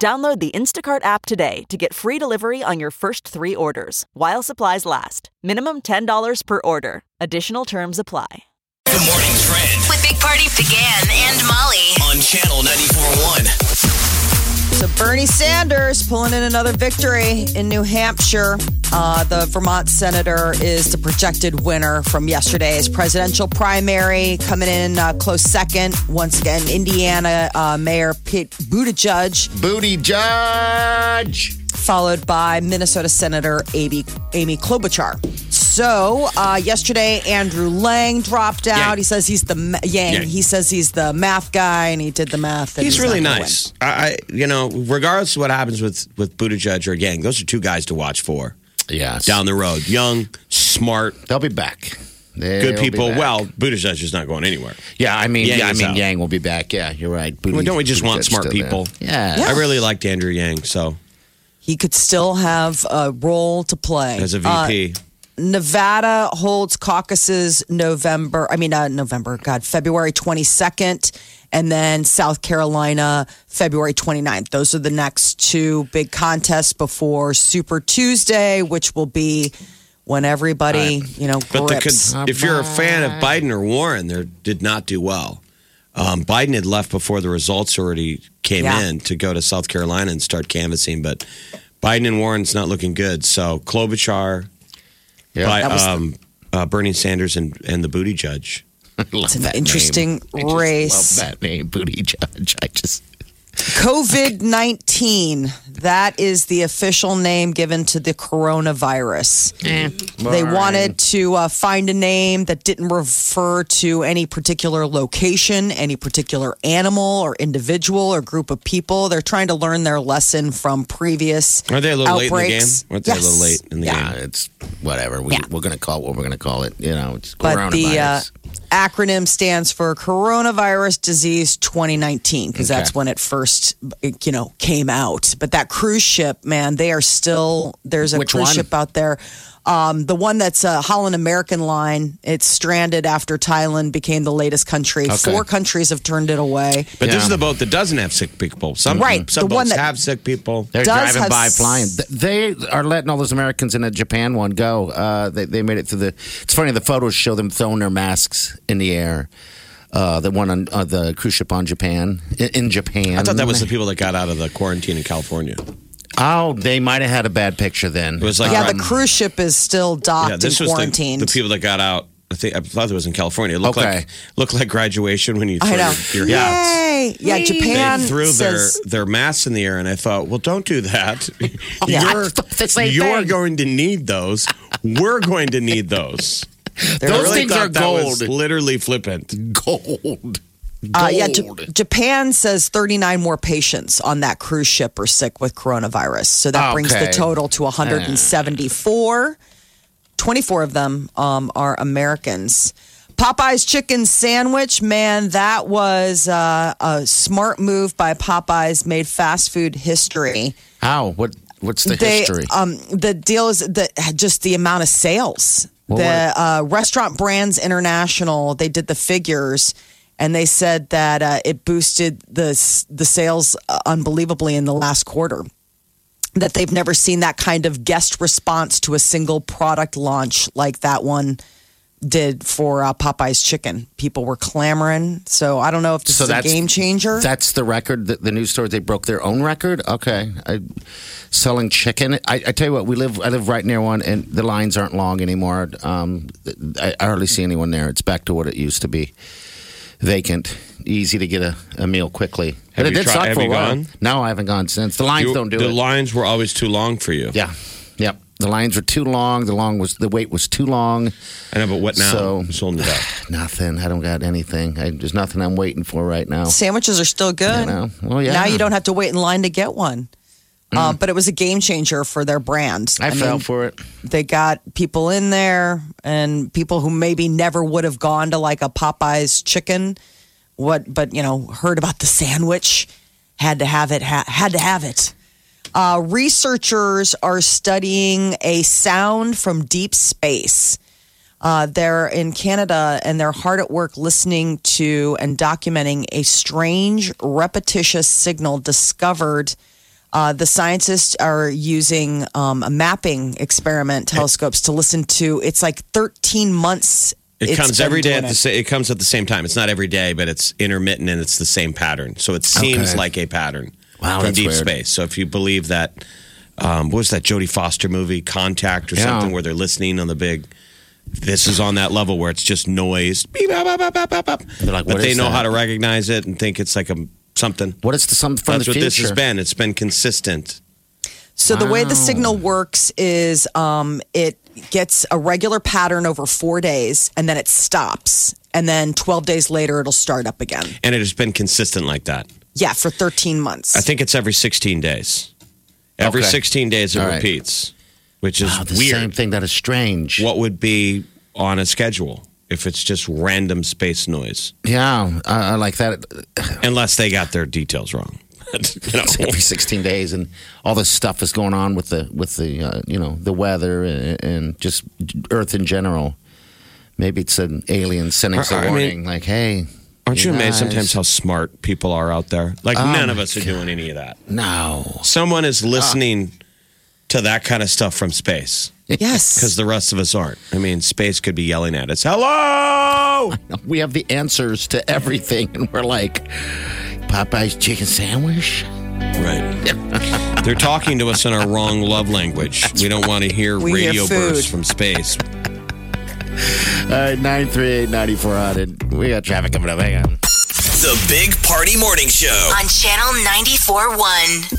Download the Instacart app today to get free delivery on your first three orders while supplies last. Minimum $10 per order. Additional terms apply. Good morning, Trend With Big Party began and Molly. on Channel 94.1. So Bernie Sanders pulling in another victory in New Hampshire. Uh, the Vermont senator is the projected winner from yesterday's presidential primary, coming in uh, close second. Once again, Indiana uh, Mayor Pete Buttigieg, Booty Judge. followed by Minnesota Senator Amy, Amy Klobuchar. So uh, yesterday, Andrew Lang dropped out. Yang. He says he's the ma- Yang. Yang. He says he's the math guy, and he did the math. and He's really not gonna win. nice. I, I, you know, regardless of what happens with with Buttigieg or Gang, those are two guys to watch for Yes. down the road. Young, smart, They'll be back. good people. Well, Well, Buttigieg is not going anywhere. yeah, I mean, Yang yeah, I is mean, out. Yang will be back. Yeah, you're right. Booty, Well, don't we just Booty want Judge smart still there. people? Yeah. Yeah. I really liked Andrew Yang, so he could still have a role to play as a Uh, VP. Nevada holds caucuses November, I mean, uh, November, God, February 22nd, and then South Carolina, February 29th. Those are the next two big contests before Super Tuesday, which will be when everybody, you know, But the, grips. con- if you're a fan of Biden or Warren, they did not do well. Um, Biden had left before the results already came Yeah. in to go to South Carolina and start canvassing, but Biden and Warren's not looking good. So Klobuchar, Yeah. by, That was- um, uh, Bernie Sanders and, and the booty judge. Love It's an that interesting name. I just race. Love that name, Booty Judge. I just COVID 19, that is the official name given to the coronavirus. They wanted to uh, find a name that didn't refer to any particular location, any particular animal or individual or group of people. They're trying to learn their lesson from previous Are they a little late in the game? outbreaks. Aren't they a little late Yes. in the yeah, game? it's whatever. We, We're gonna call it what we're gonna call it. You know, it's But coronavirus. the uh, acronym stands for Coronavirus Disease 2019 because that's when it first, you know, came out. But that cruise ship, man, they are still there's a Which cruise one? ship out there. Um, the one that's a Holland American line. It's stranded after Thailand became the latest country. Okay. Four countries have turned it away. But this Yeah. is the boat that doesn't have sick people. Some, Right, some the one boats that- have sick people. They're does driving have by s- flying. Th- They are letting all those Americans in a Japan one go. Uh, they, they made it through the. It's funny, the photos show them throwing their masks in the air. Uh, the one on uh, the cruise ship on Japan in, in Japan. I thought that was the people that got out of the quarantine in California. Oh, they might have had a bad picture then. It was like yeah, um, the cruise ship is still docked yeah, this and was the, quarantined. the people that got out. I think I thought it was in California. It looked Okay. like looked like graduation when you throw I know. your, your hats. Yay! Yeah, Japan They threw says their their masks in the air, and I thought, well, don't do that. Yeah. You're, the same you're thing. going to need those. We're going to need those. I Those really things thought are that was gold. literally flippant. gold. Uh, yeah, J- Gold. Japan says 39 more patients on that cruise ship are sick with coronavirus. So that brings the Okay. Ah. total to 174. 24 of them um, are Americans. Popeye's chicken sandwich, man, that was uh, a smart move by Popeye's, made fast food history. How? What? What's the They, history? um, the deal is that just the amount of sales. the uh, Restaurant Brands International they did the figures, and they said that uh, it boosted the s- the sales uh, unbelievably in the last quarter. That they've never seen that kind of guest response to a single product launch like that one did for uh, Popeye's Chicken. People were clamoring. So I don't know if this So is a that's- game changer. That's the record. The, the news story. They broke their own record. Okay, I, selling chicken. I, I tell you what, we live. I live right near one, and the lines aren't long anymore. Um, I, I hardly see anyone there. It's back to what it used to be. Vacant, easy to get a, a meal quickly. but Have it you did tried- suck have for a you while. gone? No, I haven't gone since. The lines You- don't do the it. lines were always too long for you. yeah, yep. The lines were too long. The long was the wait was too long. I know, but what now? So- It's holding it up. Nothing. I don't got anything. I, there's nothing I'm waiting for right now. Sandwiches are still good. You know? Well, yeah. Mm. Now you don't have to wait in line to get one. Uh, but it was a game changer for their brand. I, fell mean, for it. they got people in there and people who maybe never would have gone to like a Popeyes chicken. What, but you know, heard about the sandwich, had to have it, ha- had to have it. Uh, researchers are studying a sound from deep space. Uh, they're in Canada and they're hard at work listening to and documenting a strange, repetitious signal discovered. Uh, the scientists are using um, a mapping experiment telescopes to listen to. It's like 13 months. It it's comes been every day at doing the it. sa- it comes at the same time. It's not every day, but it's intermittent and it's the same pattern. So it seems Okay. like a pattern Wow, from that's deep weird. space. So if you believe that, um, what was that Jodie Foster movie, Contact or Yeah. something, where they're listening on the big. This is on that level where it's just noise. Beep, bop, bop, bop, bop, bop, bop. They're like, but "What they is know that?" how to recognize it and think it's like a something. What is the some from That's the what future? this has been. It's been consistent. So the way the signal works is um, it gets a regular pattern over four days and then it stops. And then 12 days later, it'll start up again. And it has been consistent like that. Yeah, for 13 months. I think it's every 16 days. Every Okay. 16 days it All right. repeats, which is Wow, the weird. same thing. That is strange. What would be on a schedule if it's just random space noise? Yeah, I, I like that. Unless they got their details wrong. You know. every 16 days and all this stuff is going on with the with the uh, you know the weather and, and just earth in general maybe it's an alien sending us a I- I mean- warning like hey Aren't you guys- amazed Oh sometimes how smart people are out there? Like, none of my us are doing any of that. no Ah. Someone is listening to that kind of stuff from space yes. because the rest of us aren't. I mean, space could be yelling at us, hello! we have the answers to everything and we're like Popeye's chicken sandwich Right. They're talking to us in our wrong love language. we don't want to hear We hear radio bursts food. from space. all right 938 9400 we got traffic coming up hang on The Big Party Morning Show. on Channel 94.1.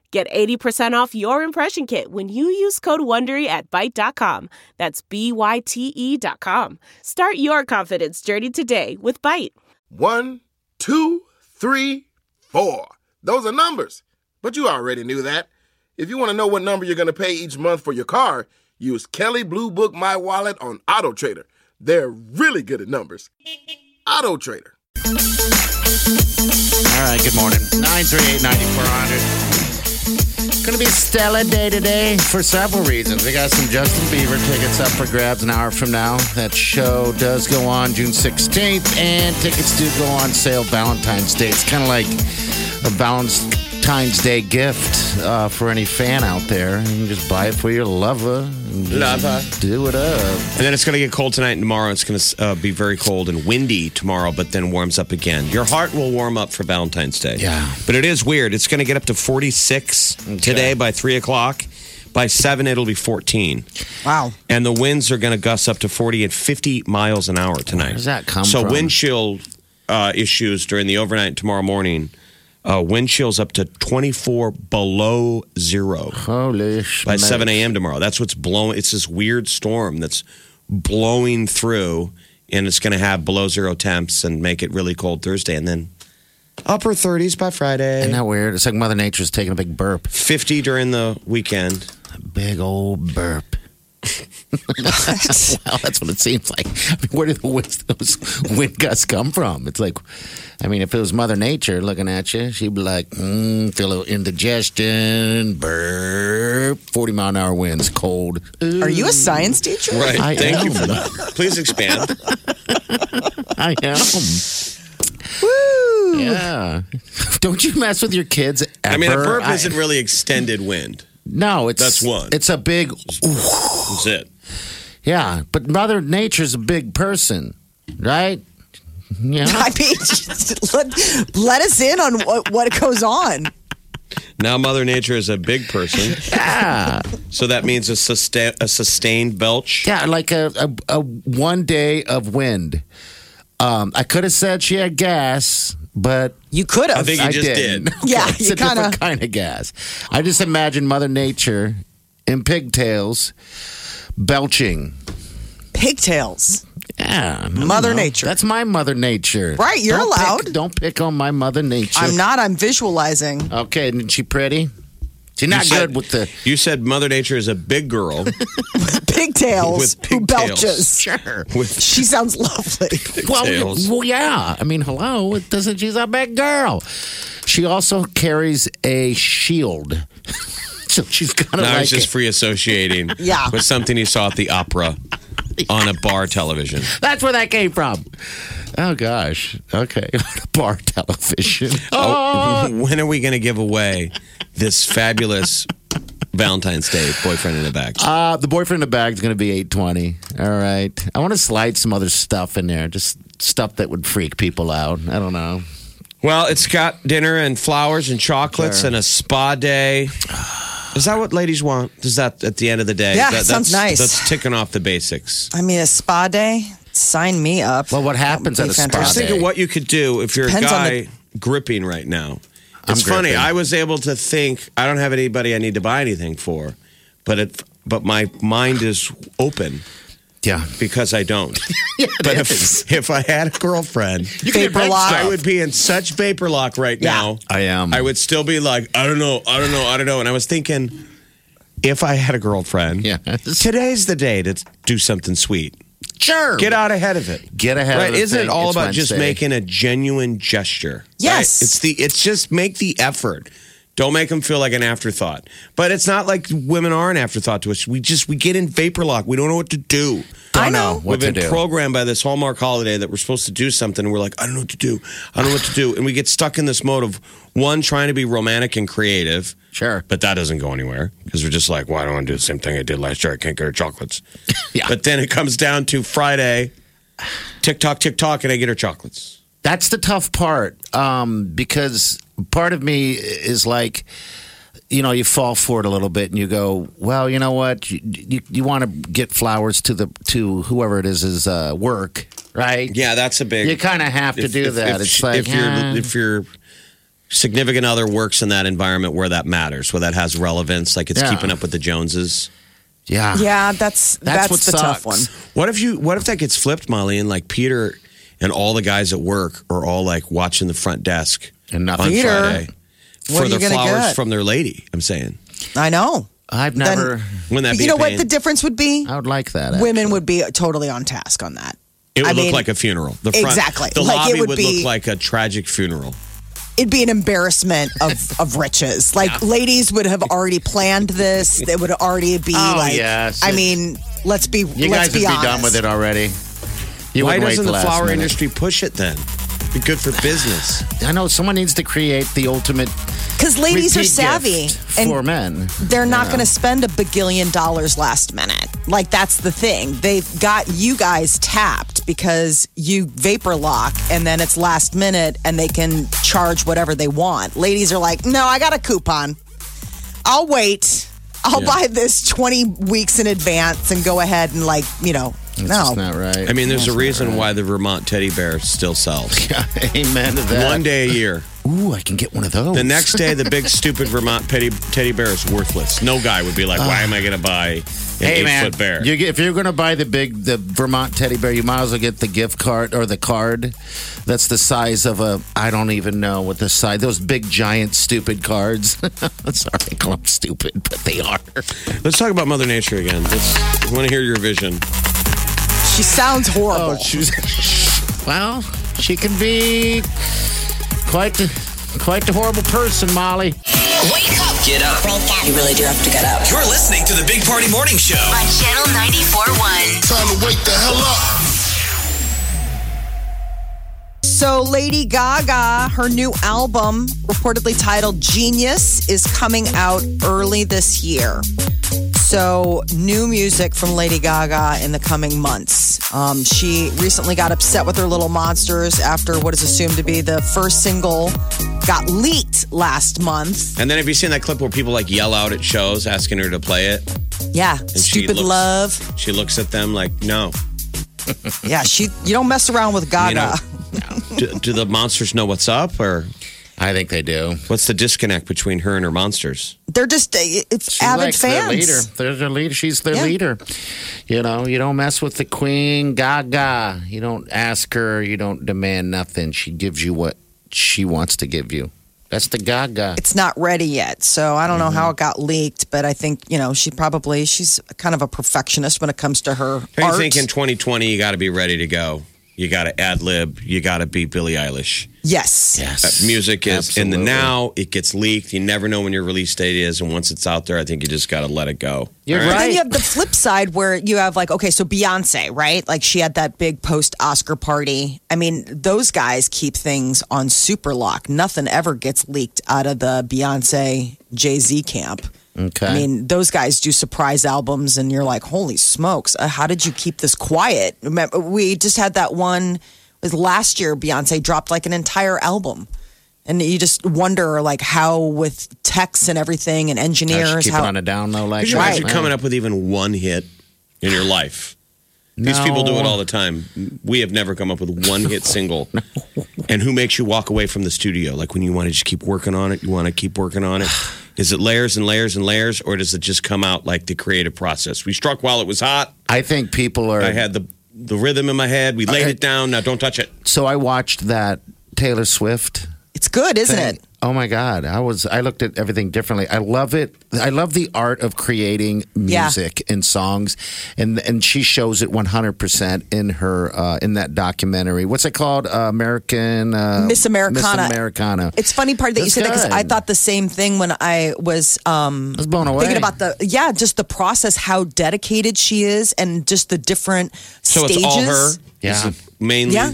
Get 80% off your impression kit when you use code WONDERY at Byte.com. That's B-Y-T-E E dot com. Start your confidence journey today with Byte. One, two, three, four. Those are numbers. But you already knew that. If you want to know what number you're going to pay each month for your car, use Kelly Blue Book My Wallet on Auto Trader. They're really good at numbers. Auto Trader. all right good morning 938 9400 Gonna be a stellar day today for several reasons. We got some Justin Bieber tickets up for grabs an hour from now. That show does go on June 16th, and tickets do go on sale Valentine's Day. It's kind of like a Valentine's Day gift uh, for any fan out there. You can just buy it for your lover. and just Lover. Do it up. And then it's going to get cold tonight and tomorrow. It's going to uh, be very cold and windy tomorrow, but then warms up again. Your heart will warm up for Valentine's Day. Yeah. But it is weird. It's going to get up to 46 today by 3 o'clock. By 7, it'll be 14. Wow. And the winds are going to gust up to 40 and 50 miles an hour tonight. Where does that come so from? wind chill uh, issues during the overnight and tomorrow morning. Uh, wind chills up to 24 below zero Holy by 7 smokes. a.m. tomorrow. That's what's blowing. It's this weird storm that's blowing through, and it's going to have below zero temps and make it really cold Thursday, and then upper 30s by Isn't Friday, that weird? It's like Mother Nature's taking a big burp. 50 during the weekend. big old burp. wow, that's what it seems like. I mean, where do the winds, those wind gusts come from? It's like, I mean, if it was Mother Nature looking at you, she'd be like, mm, feel a little indigestion, burp, 40 mile an hour winds, cold. Ooh. Are you a science teacher? Right. I Thank am. you for that. Please expand. I am. Woo! Yeah. Don't you mess with your kids ever. I mean, a burp I- isn't really extended wind. No, it's. That's one. It's a big, That's it. yeah, but Mother Nature's a big person, right? Yeah. I mean, just let, let us in on what, what goes on. Now Mother Nature is a big person. So that means a, sustain, a sustained belch. Yeah, like a, a, a one day of wind. Um, I could have said she had gas, but You could have. I think you just didn't. did. Okay, Yeah, it's you a different kinda- kind of gas. I just imagine Mother Nature in pigtails belching. Pigtails. Yeah, I don't Mother Nature. That's my Mother Nature. Right, you're Don't pick- allowed. don't pick on my Mother Nature. I'm not. I'm visualizing. Okay, isn't she pretty? She's not You said- good with the. You said Mother Nature is a big girl. Pigtails. With Who pigtails. belches? Sure. She sounds lovely. Well, Tails. well, yeah. I mean, hello. It doesn't. She's a big girl. She also carries a shield, so she's kind of Now I like was just free associating Yeah. with something you saw at the opera on a bar television. that's where that came from. Oh gosh. Okay. Bar television. Oh, when are we going to give away this fabulous Valentine's Day boyfriend in a bag? Uh, the boyfriend in the bag is going to be eight twenty. All right. I want to slide some other stuff in there, just stuff that would freak people out. I don't know. Well, it's got dinner and flowers and chocolates and a spa day. Is that what ladies want? Is that at the end of the day? Yeah, that, sounds that's- nice. That's ticking off the basics. I mean, a spa day. Sign me up. Well, what happens That at would a be spa I was fantastic. day? thinking what you could do if you're a Depends on guy gripping right now. I'm It's funny. gripping. I was able to think. I don't have anybody I need to buy anything for, but it. But my mind is open Yeah. because I don't. but if, if I had a girlfriend, You can Vapor invent lock. I stuff. would be in such vapor lock right now. I am. I would still be like, I don't know, I don't know, I don't know. And I was thinking, if I had a girlfriend, Yeah. today's the day to do something sweet. Sure. Get out ahead of it. Get ahead Right? of the Isn't thing. it all It's about just Wednesday. making a genuine gesture? Yes. Right? It's the it's just make the effort. Don't make them feel like an afterthought. But it's not like women are an afterthought to us. We just we get in vapor lock. We don't know what to do. Don't I know. know what We've to been do. programmed by this Hallmark holiday that we're supposed to do something and we're like, I don't know what to do. I don't know what to do. And we get stuck in this mode of one trying to be romantic and creative. Sure. But that doesn't go anywhere because we're just like, well, I don't want to do the same thing I did last year. I can't get her chocolates. Yeah. But then it comes down to Friday, TikTok, TikTok, and I get her chocolates. That's the tough part um, because part of me is like, you know, you fall for it a little bit and you go, well, you know what, you you, you want to get flowers to the to whoever it is is uh, work, right? Yeah, that's a big. you kind of have to if- do if- that. If, it's like if your ah. if your significant other works in that environment where that matters, where that has relevance, like it's Yeah. keeping up with the Joneses. yeah, Yeah, that's that's, That's what the tough sucks. one. What if you? What if that gets flipped, Molly? And like Peter and all the guys at work are all like watching the front desk And on nothing. Peter, Friday what for are you their gonna flowers get? from their lady. I'm saying. I know. I've Then- never. Wouldn't that be you know a what pain? the difference would be? I would like that. Women would be totally on task on that. It would I look mean- like a funeral. The front, Exactly. The Like, lobby it would, would look be- like a tragic funeral. It'd be an embarrassment of of riches. Like ladies would have already planned this. They would already be Oh, like. yes. I mean, let's be. You let's guys would be honest. done with it already. You Why wouldn't wait till doesn't the last flower minute. industry push it then? Be good for business. I know someone needs to create the ultimate. Because ladies are repeat savvy gift for and men. they're not going to spend a bagillion dollars last minute. Like that's the thing. They've got you guys tapped because you vapor lock and then it's last minute and they can charge whatever they want. Ladies are like, "No, I got a coupon. I'll wait. I'll buy this 20 weeks in advance and go ahead and like, you know, no. That's not right. I mean, there's That's a not reason right. why the Vermont teddy bear still sells. Amen to that. One day a year. Ooh, I can get one of those. The next day, the big stupid Vermont teddy, teddy bear is worthless. No guy would be like, why am I going to buy an Hey eight man, foot bear? You get, if you're going to buy the big the Vermont teddy bear, you might as well get the gift card or the card that's the size of a I don't even know what the size those big giant stupid cards. Sorry, I call them stupid, but they are. Let's talk about Mother Nature again. Let's, I want to hear your vision. She sounds horrible. Oh, she's well, she can be quite the, quite the horrible person, Molly. Wake up Get up. You really do have to get up. You're listening to the Big Party Morning Show. On Channel 94.1. Time to wake the hell up. So, Lady Gaga, her new album, reportedly titled Genius, is coming out early this year. So, new music from Lady Gaga in the coming months. Um, she recently got upset with her little monsters after what is assumed to be the first single got leaked last month. And then have you seen that clip where people like yell out at shows asking her to play it? Yeah, she stupid looks- love. She looks at them like, no. Yeah, she. You don't mess around with Gaga. You know, do, do the monsters know what's up or I think they do. what's the disconnect between her and her monsters? They're just it's She avid likes fans. Their leader. They're their leader. She's their Yeah. leader. You know, you don't mess with the queen, Gaga. You don't ask her. You don't demand nothing. She gives you what she wants to give you. That's the Gaga. It's not ready yet, so I don't know how it got leaked. But I think you know she probably she's kind of a perfectionist when it comes to her Don't art. you think in 2020 you got to be ready to go? You got to ad lib. You got to be Billie Eilish. yes, Uh, Yes. music is in the Absolutely. now. It gets leaked. You never know when your release date is, and once it's out there, I think you just got to let it go. You're All Then right. you have the flip side where you have like, okay, so Beyonce, right? Like she had that big post Oscar party. I mean, those guys keep things on super lock. Nothing ever gets leaked out of the Beyonce Jay Z camp. Okay. I mean, those guys do surprise albums, and you're like, holy smokes, uh, how did you keep this quiet? Remember, we just had that one, it was last year, Beyonce dropped like an entire album. And you just wonder, like, how with techs and everything and Gosh, engineers, keep how it on a down low like Could you that. imagine coming up with even one hit in your life? These people do it all the time. We have never come up with one hit single. And who makes you walk away from the studio? Like when you want to just keep working on it, you want to keep working on it. Is it layers and layers and layers, or does it just come out like the creative process? We struck while it was hot. I think people are. I had the the rhythm in my head. We laid Okay. it down. Now don't touch it. so I watched that Taylor Swift it's good, isn't it? Oh my God. I was I looked at everything differently. I love it. I love the art of creating Yeah. music and songs. And and she shows it one hundred percent in her uh, in that documentary. What's it called? Uh, American uh, Miss Americana. Miss Americana. It's funny part that you That's said that 'cause good. I thought the same thing when I was um, I was blown away. thinking about the yeah, just the process, how dedicated she is, and just the different So stages. it's all her. Yeah. It's mainly Yeah.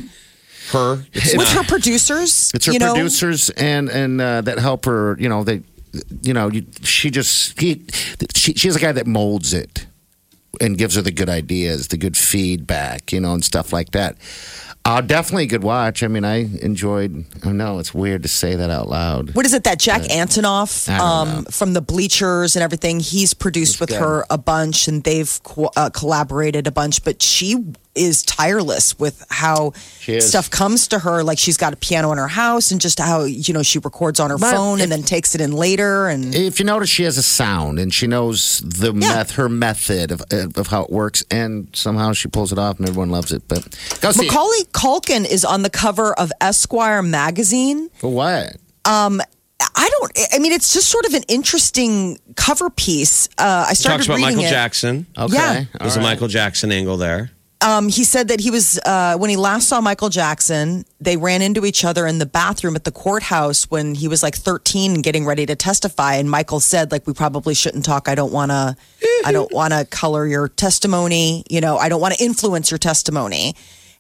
her. It's With her not- producers, It's her you know? producers and and uh, that help her. You know they, you know you, she just he, she she's a guy that molds it and gives her the good ideas, the good feedback, you know, and stuff like that. Uh, definitely a good watch. I mean, I enjoyed. I know it's weird to say that out loud. What is it that Jack Antonoff Uh, I don't um, from the Bleachers and everything? He's produced with her a bunch, and they've co- uh, collaborated a bunch. But she is tireless with how She is. stuff comes to her. Like she's got a piano in her house, and just how you know she records on her But phone if- and then takes it in later. And If you notice, she has a sound and she knows Yeah. the meth, her method of of how it works, and somehow she pulls it off, and everyone loves it. But go see it. Macaulay Culkin is on the cover of Esquire magazine. Um, for what? I don't. I mean, it's just sort of an interesting cover piece. Uh, I started talks about reading Michael it. Jackson. Okay, Yeah. All There's a right. Michael Jackson angle there. Um, he said that he was uh, when he last saw Michael Jackson, they ran into each other in the bathroom at the courthouse when he was like 13 and getting ready to testify. And Michael said, like, we probably shouldn't talk. I don't want to. I don't want to color your testimony. You know, I don't want to influence your testimony.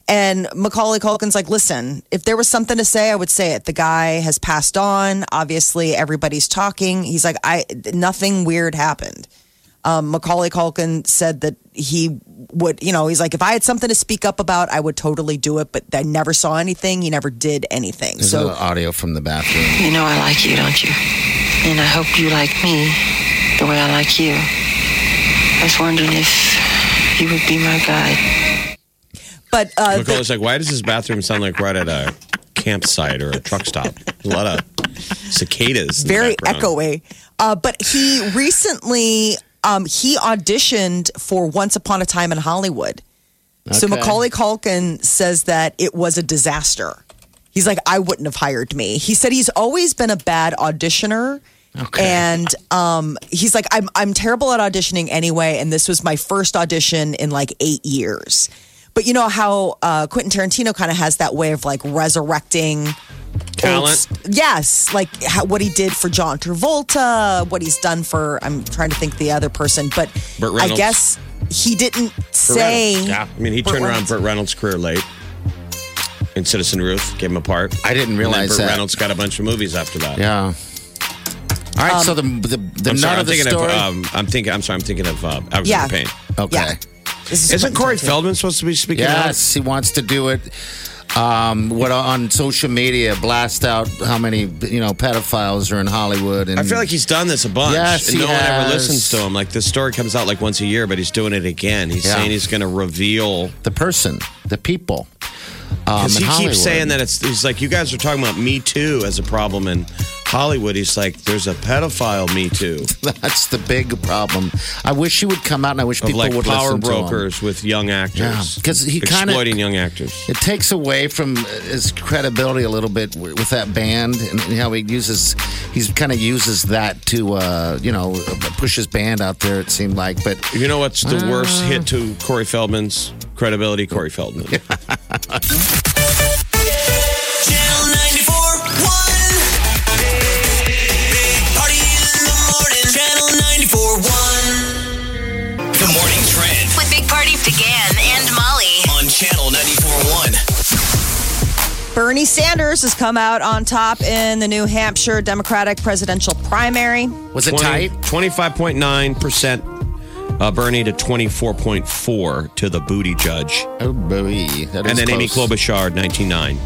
And Macaulay Culkin's like, listen, if there was something to say, I would say it. The guy has passed on. Obviously, everybody's talking. He's like, I nothing weird happened. Um, Macaulay Culkin said that he would, you know, he's like, if I had something to speak up about, I would totally do it. But I never saw anything. He never did anything. There's a So little audio from the bathroom. You know I like you, don't you? And I hope you like me the way I like you. I was wondering if you would be my guide. but uh, the- Nicole's like, why does this bathroom sound like right at a campsite or a truck stop? A lot of cicadas. in the very background. echoey. Uh, but he recently um, he auditioned for Once Upon a Time in Hollywood. So Okay. Macaulay Culkin says that it was a disaster. He's like, I wouldn't have hired me. He said he's always been a bad auditioner. And um, he's like, I'm I'm terrible at auditioning anyway, and this was my first audition in like eight years. But you know how uh, Quentin Tarantino kind of has that way of like resurrecting Talent. old- yes, like how, what he did for John Travolta, what he's done for I'm trying to think the other person, but Burt I Reynolds. guess he didn't Burt say. Reynolds. Yeah. I mean, he Burt turned around Reynolds. Burt Reynolds' career late. In Citizen Ruth, gave him a part. I didn't And then realize Burt that. Reynolds got a bunch of movies after that. Yeah. All right, so the Um, the, the I'm nut sorry. of I'm the thinking story. of. Um, I'm thinking. I'm sorry. I'm thinking of. Uh, I was Yeah. in pain. okay. Yeah. This is Isn't Corey Feldman supposed to be speaking? out? Yes, he wants to do it. Um, what on social media blast out how many you know pedophiles are in Hollywood? And I feel like he's done this a bunch. Yes, and he no one ever has. listens to him. Like this story comes out like once a year, but he's doing it again. He's Yeah. saying he's going to reveal the person, the people. Um, because in he Hollywood. keeps saying that it's. He's like, you guys are talking about Me Too as a problem in Hollywood. He's like, there's a pedophile Me Too That's the big problem. I wish he would come out, and I wish of people like would power listen to him. brokers with young actors. Yeah, 'cause he kinda- exploiting young actors. It takes away from his credibility a little bit w- with that band and how he uses, he's kind of uses that to, uh, you know, push his band out there, it seemed like. But You know what's the worst hit to Corey Feldman's credibility? Corey Feldman. Channel 94.1. Big Party in the morning. Channel 94.1. Good morning, Trend. With Big Party began and Molly. On Channel 94.1. Bernie Sanders has come out on top in the New Hampshire Democratic presidential primary. was it tight? 25.9%. Uh, Bernie to 24.4 to the booty judge. Oh, boy. That and is then Amy close. Klobuchar, 19.9.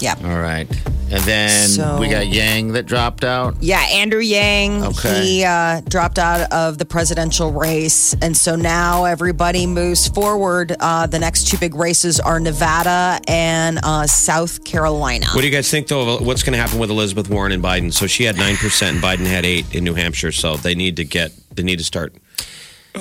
Yeah. All right. And then So- we got Yang that dropped out. Yeah, Andrew Yang, Okay. he uh, dropped out of the presidential race. And so now everybody moves forward. Uh, the next two big races are Nevada and uh, South Carolina. What do you guys think, though, of what's going to happen with Elizabeth Warren and Biden? So she had 9% and Biden had 8 in New Hampshire. So they need to get, they need to start.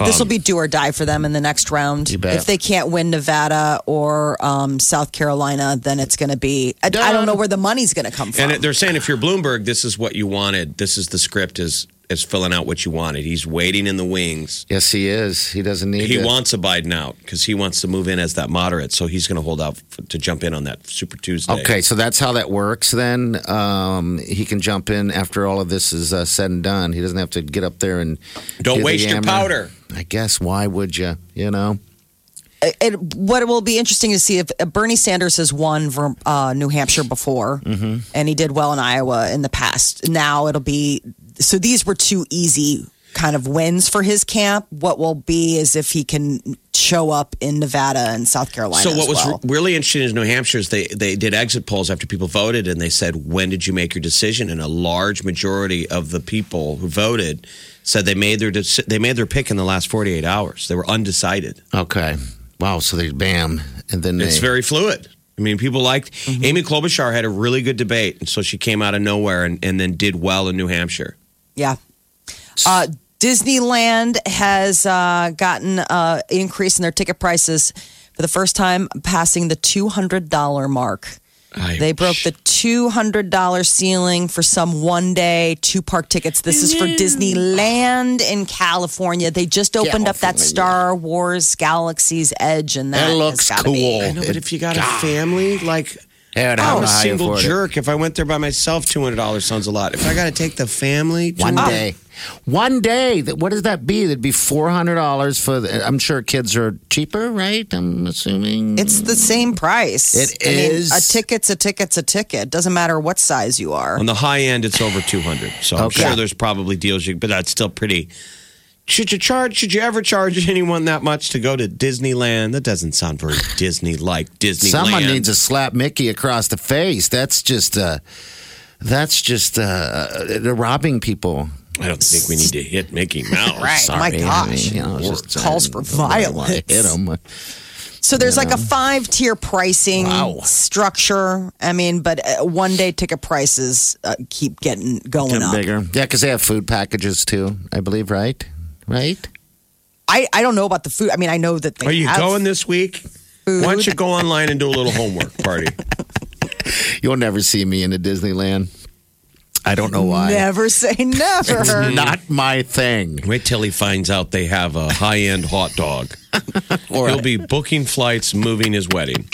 this Um, will be do or die for them in the next round. You bet. If they can't win Nevada or um, South Carolina, then it's going to be. I, I don't know where the money's going to come from. And they're saying if you're Bloomberg, this is what you wanted. This is the script is is filling out what you wanted. He's waiting in the wings. Yes, he is. He doesn't need He to- wants a Biden out because he wants to move in as that moderate. So he's going to hold out f- to jump in on that Super Tuesday. Okay, so that's how that works. Then um, he can jump in after all of this is uh, said and done. He doesn't have to get up there and Don't do the waste your yammer. powder. I guess why would you? You know, it, it- what will be interesting to see if if Bernie Sanders has won Ver- uh, New Hampshire before, Mm. Mm-hmm. and he did well in Iowa in the past. Now it'll be so these were two easy kind of wins for his camp. What will be is if he can show up in Nevada and South Carolina. So what as was well. re- really interesting in New Hampshire is they they did exit polls after people voted and they said when did you make your decision and a large majority of the people who voted said they made their deci- they made their pick in the last 48 hours. They were undecided. Okay. Wow. So they bam, and then It's they- very fluid. I mean, people liked Mm-hmm. Amy Klobuchar had a really good debate and so she came out of nowhere and, and then did well in New Hampshire. Yeah. Uh, Disneyland has uh, gotten uh, increase in their ticket prices for the first time, passing the two hundred dollar mark. I- They broke the two hundred dollar ceiling for some one day two park tickets. This is for Disneyland in California. They just opened up that Star Wars Galaxy's Edge, and that, That has looks gotta cool. be- I know, but if you got a family, like Yeah, I'd I'm have a to hire single for it. jerk. If I went there by myself, two hundred dollars sounds a lot. If I got to take the family, One $200 day, one day. That what does that be? That'd be four hundred dollars for. The, I'm sure kids are cheaper, right? I'm assuming. It's the same price. It I mean, is. a ticket's a ticket's a ticket. Doesn't matter what size you are. On the high end, it's over 200. So I'm Okay. sure there's probably deals, you, but that's still pretty. Should you charge? Should you ever charge anyone that much to go to Disneyland? That doesn't sound very Disney-like. Disneyland. Someone needs to slap Mickey across the face. That's just. Uh, that's just uh, they're robbing people. I don't think we need to hit Mickey Mouse. Right. My gosh. you know, it's just, uh, Calls for I don't wanna violence. Hit 'em. So there's like a five tier pricing Wow. structure. I mean, but uh, one day ticket prices uh, keep getting going Get up. bigger. Yeah, because they have food packages too, I believe, right? Right? I, I don't know about the food. I mean, I know that they Are you have- going this week? Why don't you go online and do a little homework party? You'll never see me in a Disneyland. I don't know why. Never say never. Not my thing. Wait till he finds out they have a high-end hot dog. Or he'll be booking flights, moving his wedding.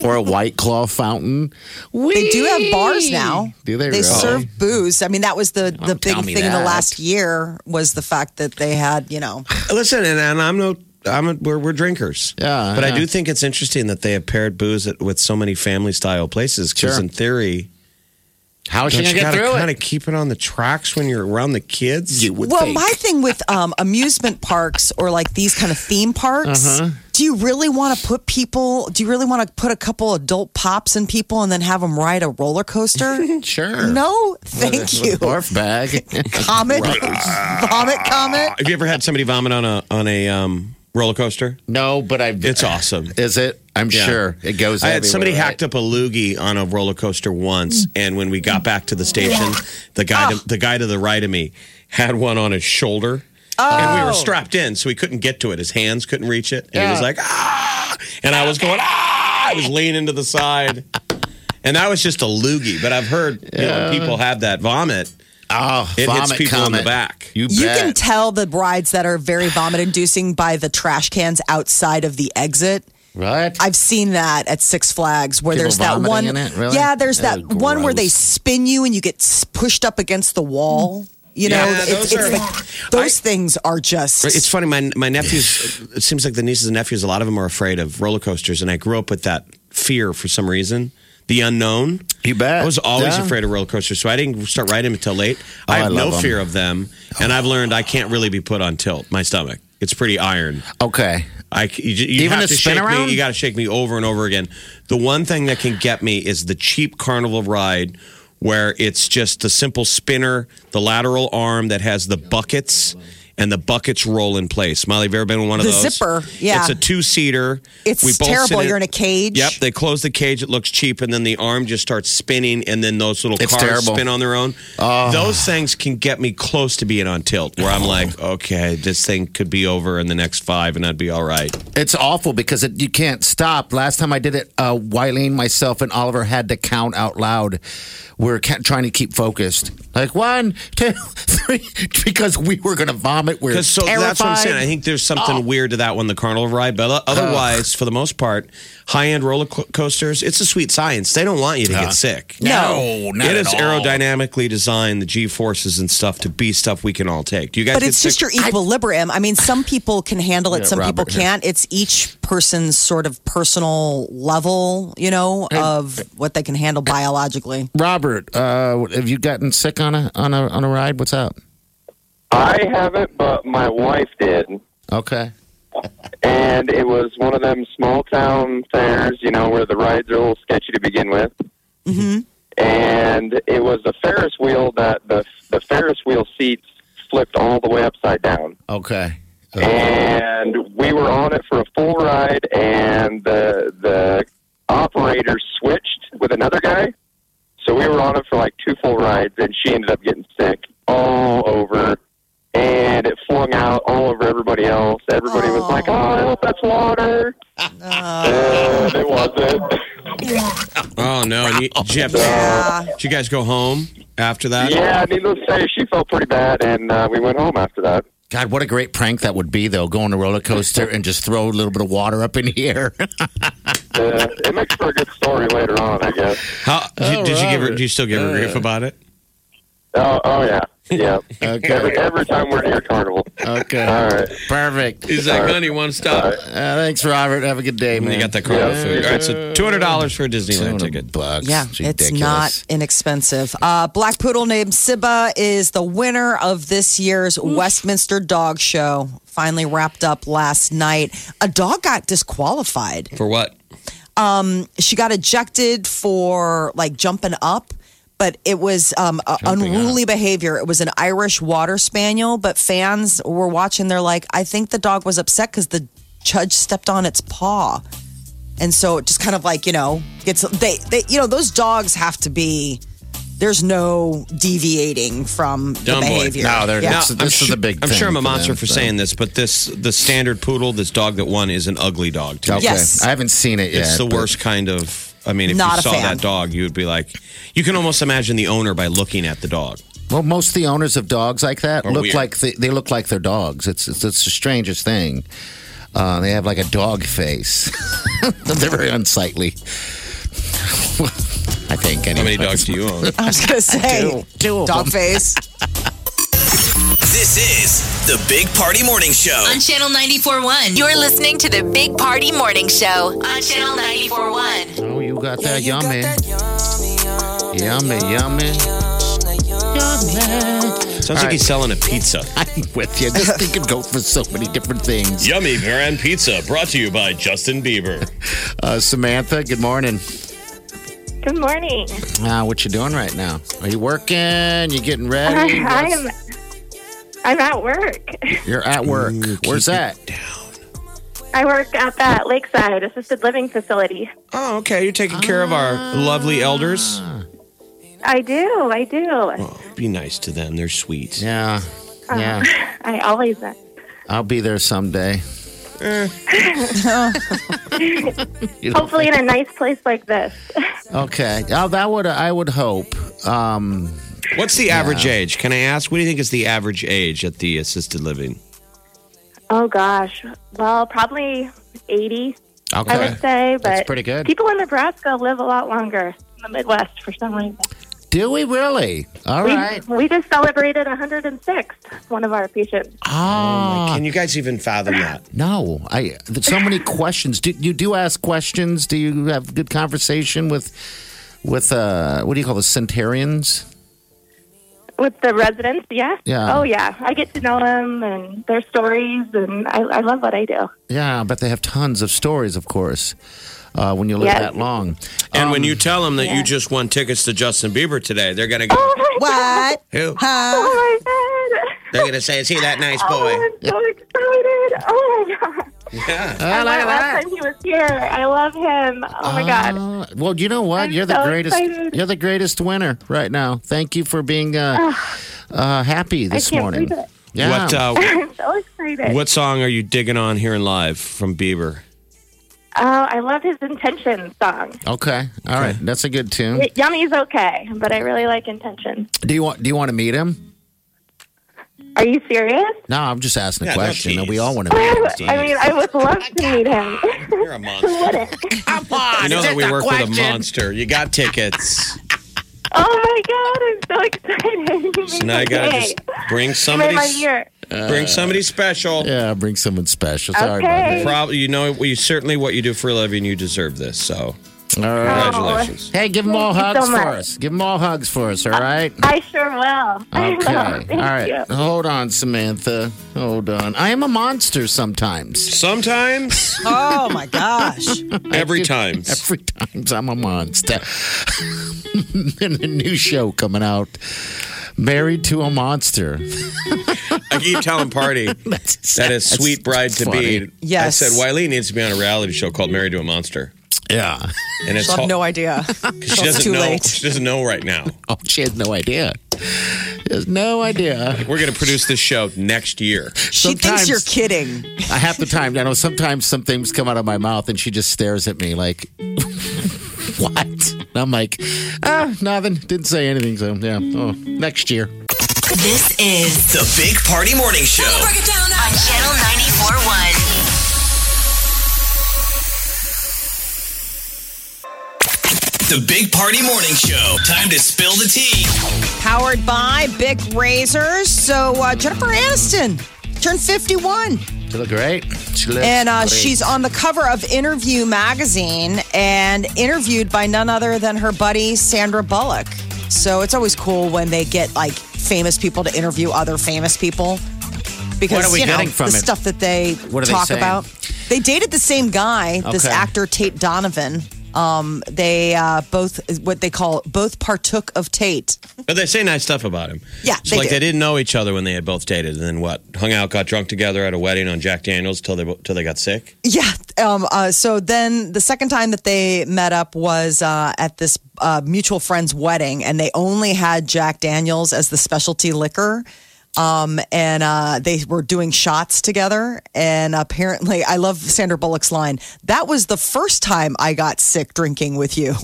Or a White Claw fountain. they do have bars now. Do they They really? serve booze. I mean, that was the, the big tell me thing in the that. last year was the fact that they had, you know, Listen, and, and I'm no, I'm a, we're, we're drinkers. Yeah, but I yeah. do think it's interesting that they have paired booze at, with so many family style places. Because Sure. in theory, How is she Don't going you to get gotta through kind it? of keep it on the tracks when you're around the kids? would Well, my thing with um, amusement parks or like these kind of theme parks, Uh-huh. do you really want to put people? Do you really want to put a couple adult pops in people and then have them ride a roller coaster? sure. no, thank you. Barf bag. Comet, vomit, comet. Have you ever had somebody vomit on a on a um, roller coaster? no, but I. It's awesome. Is it? I'm Yeah. sure it goes. I had somebody everywhere, hacked up a loogie on a roller coaster Mm. once, and when we got back to the station, the guy Oh. to, the guy to the right of me had one on his shoulder, Uh, and Oh. we were strapped in, so he couldn't get to it. His hands couldn't reach it, and he was Yeah. like ah, and I was going ah, I was leaning to the side, and that was just a loogie. But I've heard you know, when people have that vomit, right? Oh, it vomit hits people comet. in the back. You, You bet. can tell the rides that are very vomit inducing by the trash cans outside of the exit. right? I've seen that at Six Flags where People there's that vomiting one. in it? Really? Yeah, there's Oh, that one where they gross. spin you and you get s- pushed up against the wall. You know, Yeah, it's, those it's are- like those things are just. It's funny. My my nephews. It seems like the nieces and nephews. A lot of them are afraid of roller coasters, and I grew up with that fear for some reason. The unknown. You bet. I was always Yeah. Oh, afraid of roller coasters, so I didn't start riding them until late. I I have no love 'em. fear of them, and I've learned I can't really be put on tilt. My stomach. It's pretty iron. okay. I c- you, j- you Even a have to spin shake around? me. You got to uh, shake me over and over again. The one thing that can get me is the cheap carnival ride where it's just the simple spinner, the lateral arm that has the buckets. And the buckets roll in place. Molly, have you ever been in one of The those? zipper, yeah. It's a two seater. It's terrible. You're in a cage. Yep. They close the cage. It looks cheap. And then the arm just starts spinning. And then those little It's cars terrible. Ah. spin on their own. Those things can get me close to being on tilt where I'm like, okay, this thing could be over in the next five and I'd be all right. It's awful because it, you can't stop. Last time I did it, uh, Wileen, myself, and Oliver had to count out loud. We're ca- trying to keep focused. Like one, two, three, because we were going to vomit. We're Because so terrified. that's what I'm saying. I think there's something Oh. weird to that one, the carnival ride. But otherwise, for the most part, high end roller co- coasters, it's a sweet science. They don't want you to get sick. no, not it at is all. aerodynamically designed, the G forces and stuff to be stuff we can all take. Do you guys? but get it's just sick? your equilibrium. I mean, some people can handle it, Yeah, some people Robert here. can't. It's each person's sort of personal level, you know, of what they can handle biologically. Robert, uh, have you gotten sick on a on a on a ride? What's up? I haven't, but my wife did. Okay. And it was one of them small town fairs, you know, where the rides are a little sketchy to begin with. Mm-hmm. And it was a Ferris wheel that the the Ferris wheel seats flipped all the way upside down. Okay. And we were on it for a full ride, and the the operator switched with another guy. So we were on it for like two full rides, and she ended up getting sick all over, and it flung out all over everybody else. Everybody was like, "Oh, I hope that's water," and it wasn't. oh no, and you, did, you have to- did you guys go home after that? yeah, needless to say, she felt pretty bad, and uh, we went home after that. God, what a great prank that would be, though. Go on a roller coaster and just throw a little bit of water up in the air. Uh, it makes for a good story later on, I guess. How, did, you, did you give her? Do you still give her grief about it? Oh, oh yeah, yeah. Every, okay. every time we're near carnival. Okay. All right. Perfect. He's like, honey, one stop. Uh, thanks, Robert. Have a good day, man. And you got that carnival food. All right, so two hundred dollars for a Disneyland ticket. Bucks. Yeah, it's not inexpensive. Uh, black poodle named Sibba is the winner of this year's Westminster Dog Show. Finally wrapped up last night. A dog got disqualified. For what? Um, She got ejected for like jumping up, but it was um, a unruly behavior. It was an Irish water spaniel, but fans were watching. They're like, I think the dog was upset because the judge stepped on its paw. And so it just kind of like, you know, gets they, they you know, those dogs have to be there's no deviating from Dumb the boy. behavior. No, they're yeah. not. So this is the big I'm thing sure I'm a for monster them, for so. saying this, but this the standard poodle, this dog that won, is an ugly dog. To me. Okay. Yes. I haven't seen it yet. It's the but- worst kind of. I mean, if Not a you saw fan. that dog, you would be like, you can almost imagine the owner by looking at the dog. Well, most of the owners of dogs like that Are look weird. like they, they look like their dogs. It's it's, it's the strangest thing. Uh, they have like a dog face. They're very unsightly. I think. How Anyway. many dogs do you own? I was gonna say Two of dog them. face. This is the Big Party Morning Show. On Channel 94.1, you're listening to the Big Party Morning Show on Channel 94.1. Oh, you got that yummy. Yummy, yummy. Sounds like he's selling a pizza. I'm with you. This thing could go for so many different things. Yummy Grand Pizza, brought to you by Justin Bieber. Uh, Samantha, good morning. Good morning. Uh, what you doing right now? Are you working? You getting ready? I'm I'm at work. You're at work. Where's that? I work at that lakeside assisted living facility. Oh, okay. You're taking care of our lovely elders. I do. I do. Be nice to them. They're sweet. Yeah. Um, Yeah. I always uh, am. I'll be there someday. Mm. You know? Hopefully, in a nice place like this. Okay. Oh, that would I would hope. Um, What's the average age? Can I ask? What do you think is the average age at the assisted living? Oh gosh. Well, probably 80, I okay. would say. But That's pretty good. People in Nebraska live a lot longer in the Midwest for some reason. Do we really? All We, right. we just celebrated 106. One of our patients. Ah, Can you guys even fathom that? no. I there's so many questions. Do you do ask questions? Do you have good conversation with with uh what do you call the centurions? With the residents, yeah. Yeah. Oh, yeah. I get to know them and their stories, and I, I love what I Uh, do. Yeah, I bet they have tons of stories, of course. Uh, when you live Yes. that long. And when Um, you tell them that you just won tickets to Justin Bieber today, they're gonna go. Oh my What? Who? Huh? Oh my god! They're gonna say, "Is he that nice Oh, boy?" I'm so excited! Oh my god! Yeah. I went last time he was here. I love him. Oh my god! Ah, well, you know what? I'm you're the so greatest. excited. You're the greatest winner right now. Thank you for being uh, uh, happy Ah. I this can't morning. believe it. Yeah. What uh, I'm so excited. What song are you digging on hearing live from Bieber? Oh, I love his intention song. Okay. All right. That's a good tune. Y- Yummy's okay, but I really like intention. Do you want Do you want to meet him? Are you serious? No, I'm just asking a Yeah, don't question. tease. We all want to meet him. I mean, I would love to meet him. You're a monster. Ah, You know that we work with a monster. You got tickets. oh my god! I'm so excited. So now you gotta just bring You made somebody. my year. Bring somebody special. Yeah, bring someone special. Sorry Okay. Probably, you know, you certainly what you do for a living, you deserve this. So, about that. All right. congratulations. Hey, give them all Thank you hugs so for much. us. Give them all hugs for us. All right. I sure will. I will. Okay. All Thank right. you. Hold on, Samantha. Hold on. I am a monster sometimes. Sometimes, Oh my gosh. every time. Every time I'm a monster. and a new show coming out. Married to a monster. I Oh. keep telling Party That's, that is sweet bride to be. Yes. I said Wiley needs to be on a reality show called Married to a Monster, Yeah. and it's I ho- have no idea. she doesn't too know. late. She doesn't know right now. Oh, she has no idea. She has no idea. We're gonna produce this show next year. She thinks Sometimes- you're kidding. I half the time, I know sometimes some things come out of my mouth and she just stares at me like, what? And I'm like, ah, nothing. Didn't say anything. So, yeah. Oh, next year. This is The Big Party Morning Show. Break It Down on Channel 94.1. The Big Party Morning Show. Time to spill the tea. Powered by Bic Razors. So uh, Jennifer Aniston turned 51. She looked great. She looked And uh, great. she's on the cover of Interview magazine and interviewed by none other than her buddy Sandra Bullock. So it's always cool when they get like famous people to interview other famous people because What are we you know, getting from the it? stuff that they What are they talk saying? about. They dated the same guy, this Okay. actor Tate Donovan. Um, they uh, both what they call both partook of Tate. But they say nice stuff about him. Yeah, it's they like do. they didn't know each other when they had both dated, and then what? Hung out, got drunk together at a wedding on Jack Daniels till they bo- till they got sick. Yeah. Um, uh, so then the second time that they met up was uh, at this uh, mutual friend's wedding, and they only had Jack Daniels as the specialty liquor. Um, and uh, they were doing shots together. And apparently, I love Sandra Bullock's line that was the first time I got sick drinking with you.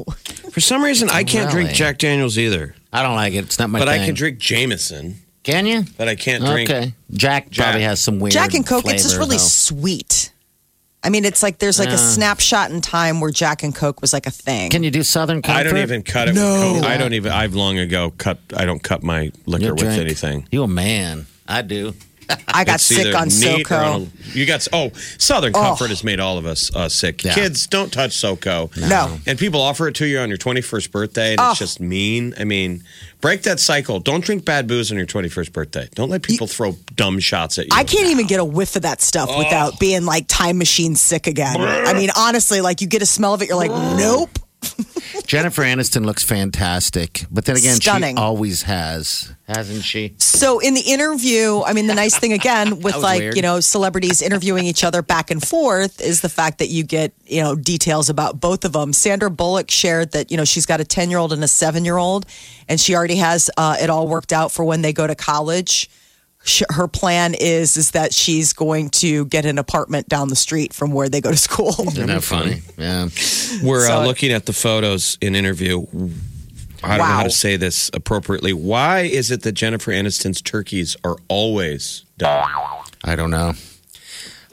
For some reason, I can't drink Really? Jack Daniels either, I don't like it. It's not my but thing. I can drink Jameson. Can you? But I can't drink. Okay. Jack, probably has some weird. Jack and Coke, it's just flavor, really though. sweet. I mean, it's like there's like a snapshot in time where Jack and Coke was like a thing. Can you do Southern Comfort? I don't even cut it. No. with Coke. I don't even. I've long ago cut. I don't cut my liquor You with drink. anything. You a man? I do. I got It's sick either on neat or SoCo. on a- you got oh Southern Oh. Comfort has made all of us uh, sick. Kids, don't touch SoCo. No. And people offer it to you on your 21st birthday, and Oh. it's just mean. I mean, break that cycle. Don't drink bad booze on your 21st birthday. Don't let people throw dumb shots at you. I can't even get a whiff of that stuff Oh. without being like time machine sick again. I mean, honestly, like you get a smell of it, you're like, nope. Jennifer Aniston looks fantastic, but then again, Stunning. she always has, hasn't she? So in the interview, I mean, the nice thing again with was like weird. you know celebrities interviewing each other back and forth is the fact that you get you know details about both of them. Sandra Bullock shared that you know she's got a ten year old and a seven year old, and she already has uh, it all worked out for when they go to college. Sh- Her plan is is that she's going to get an apartment down the street from where they go to school. Isn't that funny? Yeah. We're So- uh, looking at the photos in interview. I don't know how Wow. to say this appropriately. Why is it that Jennifer Aniston's turkeys are always done? I don't know.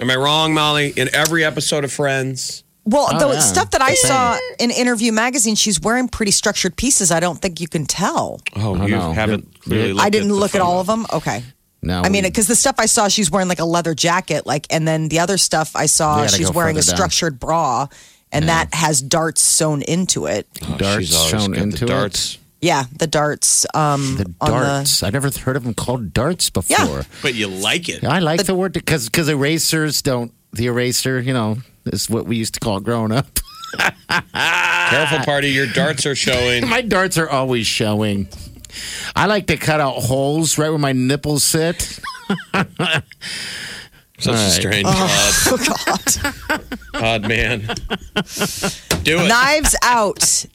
Am I wrong, Molly? In every episode of Friends, Well, Oh, the yeah. stuff that I Same. saw in Interview Magazine, she's wearing pretty structured pieces. I don't think you can tell. oh, don't you know. haven't clearly. Looked I didn't at the look at photo. all of them. Okay. No, I mean, we- because the stuff I saw, she's wearing like a leather jacket, like, and then the other stuff I saw, You gotta she's go wearing a further down. structured bra, and that has darts sewn into it. darts She's always shown got into the darts. Yeah, the darts. Um, it. The on darts. I never heard of them called darts before. Yeah. But you like it. I like the, word because because erasers don't the eraser you know is what we used to call it growing up. Careful, party. Your darts are showing. my darts are always showing. I like to cut out holes right where my nipples sit. Such a strange odd, the, Oh, God. odd man. Do it. Knives Out,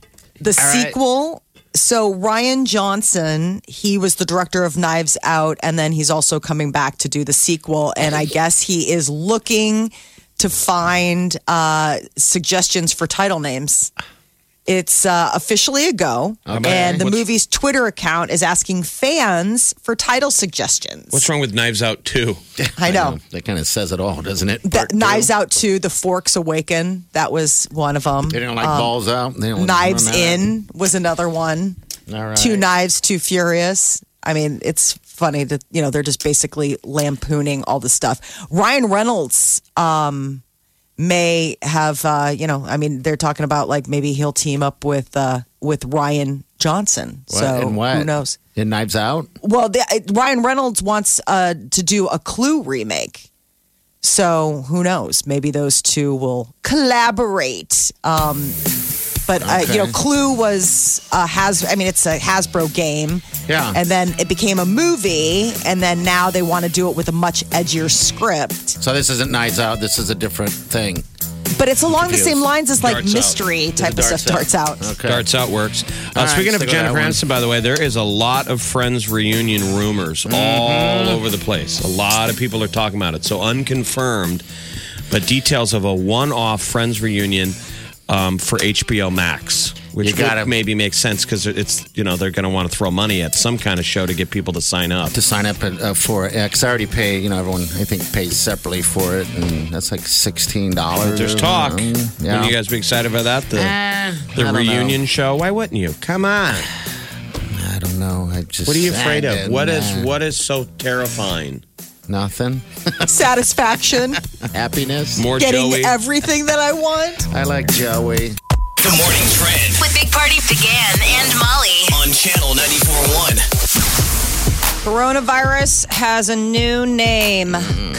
the right. sequel. So Ryan Johnson, he was the director of Knives Out, and then he's also coming back to do the sequel. And I guess he is looking to find uh, suggestions for title names. It's uh, officially a go, and the What's- movie's Twitter account is asking fans for title suggestions. What's wrong with Knives Out 2? I know. That kind of says it all, Oh, doesn't it? That, Knives Out 2, The Forks Awaken, that was one of them. They don't like balls out. They don't like Knives run out. In was another one. All right. Two Knives, Too Furious. I mean, it's funny that, you know, they're just basically lampooning all the stuff. Ryan Reynolds um, may have, uh, you know, I mean, they're talking about like maybe he'll team up with uh, with Ryan Johnson. What? So And what? who knows? In Knives Out. Well, the, uh, Ryan Reynolds wants uh, to do a Clue remake. So who knows? Maybe those two will collaborate. Um, but uh, you know, Okay. Clue was a has. I mean, it's a Hasbro game. Yeah. And then it became a movie, and then now they want to do it with a much edgier script. So this isn't Knives Out. This is a different thing. But it's along the same lines as like Darts out. mystery type of stuff. Darts out. Okay. Darts Out works. Uh, All right, speaking of stick with that Jennifer one. Aniston, by the way, there is a lot of Friends reunion rumors Mm-hmm. all over the place. A lot of people are talking about it. So unconfirmed, but details of a one-off Friends reunion um, for HBO Max, which You gotta- would maybe makes sense because it's you know they're going to want to throw money at some kind of show to get people to sign up. to sign up uh, for it. Yeah, 'cause I already pay, you know, everyone I think pays separately for it, and that's like sixteen dollars. There's talk. Yeah. Uh, Wouldn't you guys be excited about that? The, Eh, I the don't know. reunion show. Why wouldn't you? Come on. I don't know. I just. What are you afraid I of? What is didn't, uh, what is so terrifying? Nothing. Satisfaction. Happiness. More Getting Joey. everything that I want. I like Joey. The morning trend With Big Party began and Molly. on channel 941. Coronavirus has a new name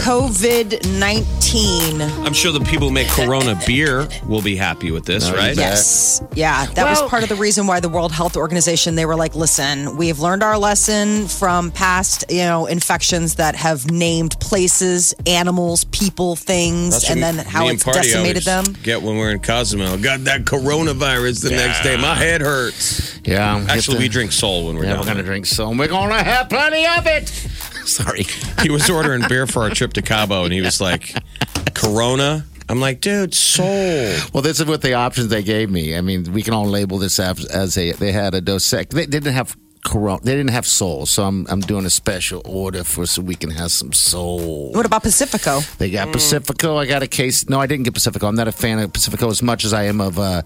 COVID 19. I'm sure the people who make Corona beer will be happy with this, right? Yes. Yeah. That was part of the reason why the World Health Organization, they were like, listen, we've learned our lesson from past, you know, infections that have named places, animals, people, things, That's and what then how me and it's Party decimated them. always Get when we're in Cozumel. Got that coronavirus the next day. My head hurts. Yeah. get Actually, the- we drink Sol when we're Yeah, down we're gonna there. drink some. We're gonna have plenty of it. Sorry. He was ordering beer for our trip to Cabo, and he was like, "Corona." I'm like, dude, Sol. Well, this is what the options they gave me. I mean, we can all label this as, as a they had a Dos Equis. They, they didn't have Corona. They didn't have soul. So I'm I'm doing a special order for so we can have some soul. What about Pacifico? They Mm. got Pacifico. I got a case. No, I didn't get Pacifico. I'm not a fan of Pacifico as much as I am of uh,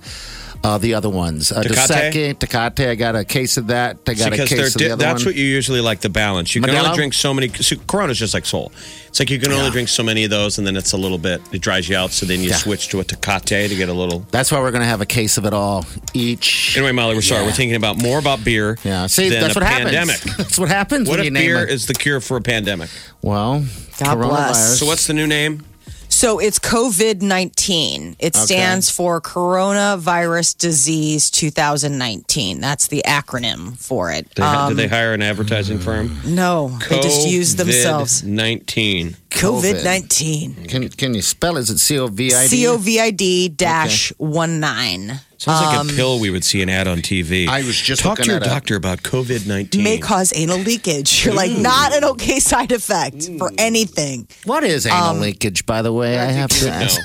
uh, the other ones. Uh, Tecate? Daseke, Tecate. I got a case of that. I got a because they're case of di- the other that's one. what you usually like the balance. You can Modelo? only drink so many. So Corona's just like Sol. It's like you can only drink so many of those, and then it's a little bit. It dries you out. So then you switch to a Tecate to get a little. that's why we're going to have a case of it all each. Anyway, Molly, we're sorry. Yeah. We're thinking about more about beer. Yeah. See, than that's a what happens. pandemic. That's what happens when What if you name beer it. is the cure for a pandemic? Well, God bless. So what's the new name? So it's COVID 19. It Okay. stands for Coronavirus Disease 2019. That's the acronym for it. They, ha- Um, did they hire an advertising firm? no, they just use themselves. Nineteen. COVID 19. Can can you spell? it? Is it C O V I D? C O V I D dash Um, 1 9. Sounds like a pill we would see an ad on TV. I Um, was just talk to looking your that up. doctor about COVID nineteen. May cause anal leakage. You're like, not an okay side effect for anything. What is anal Um, leakage? By the way, I have to ask.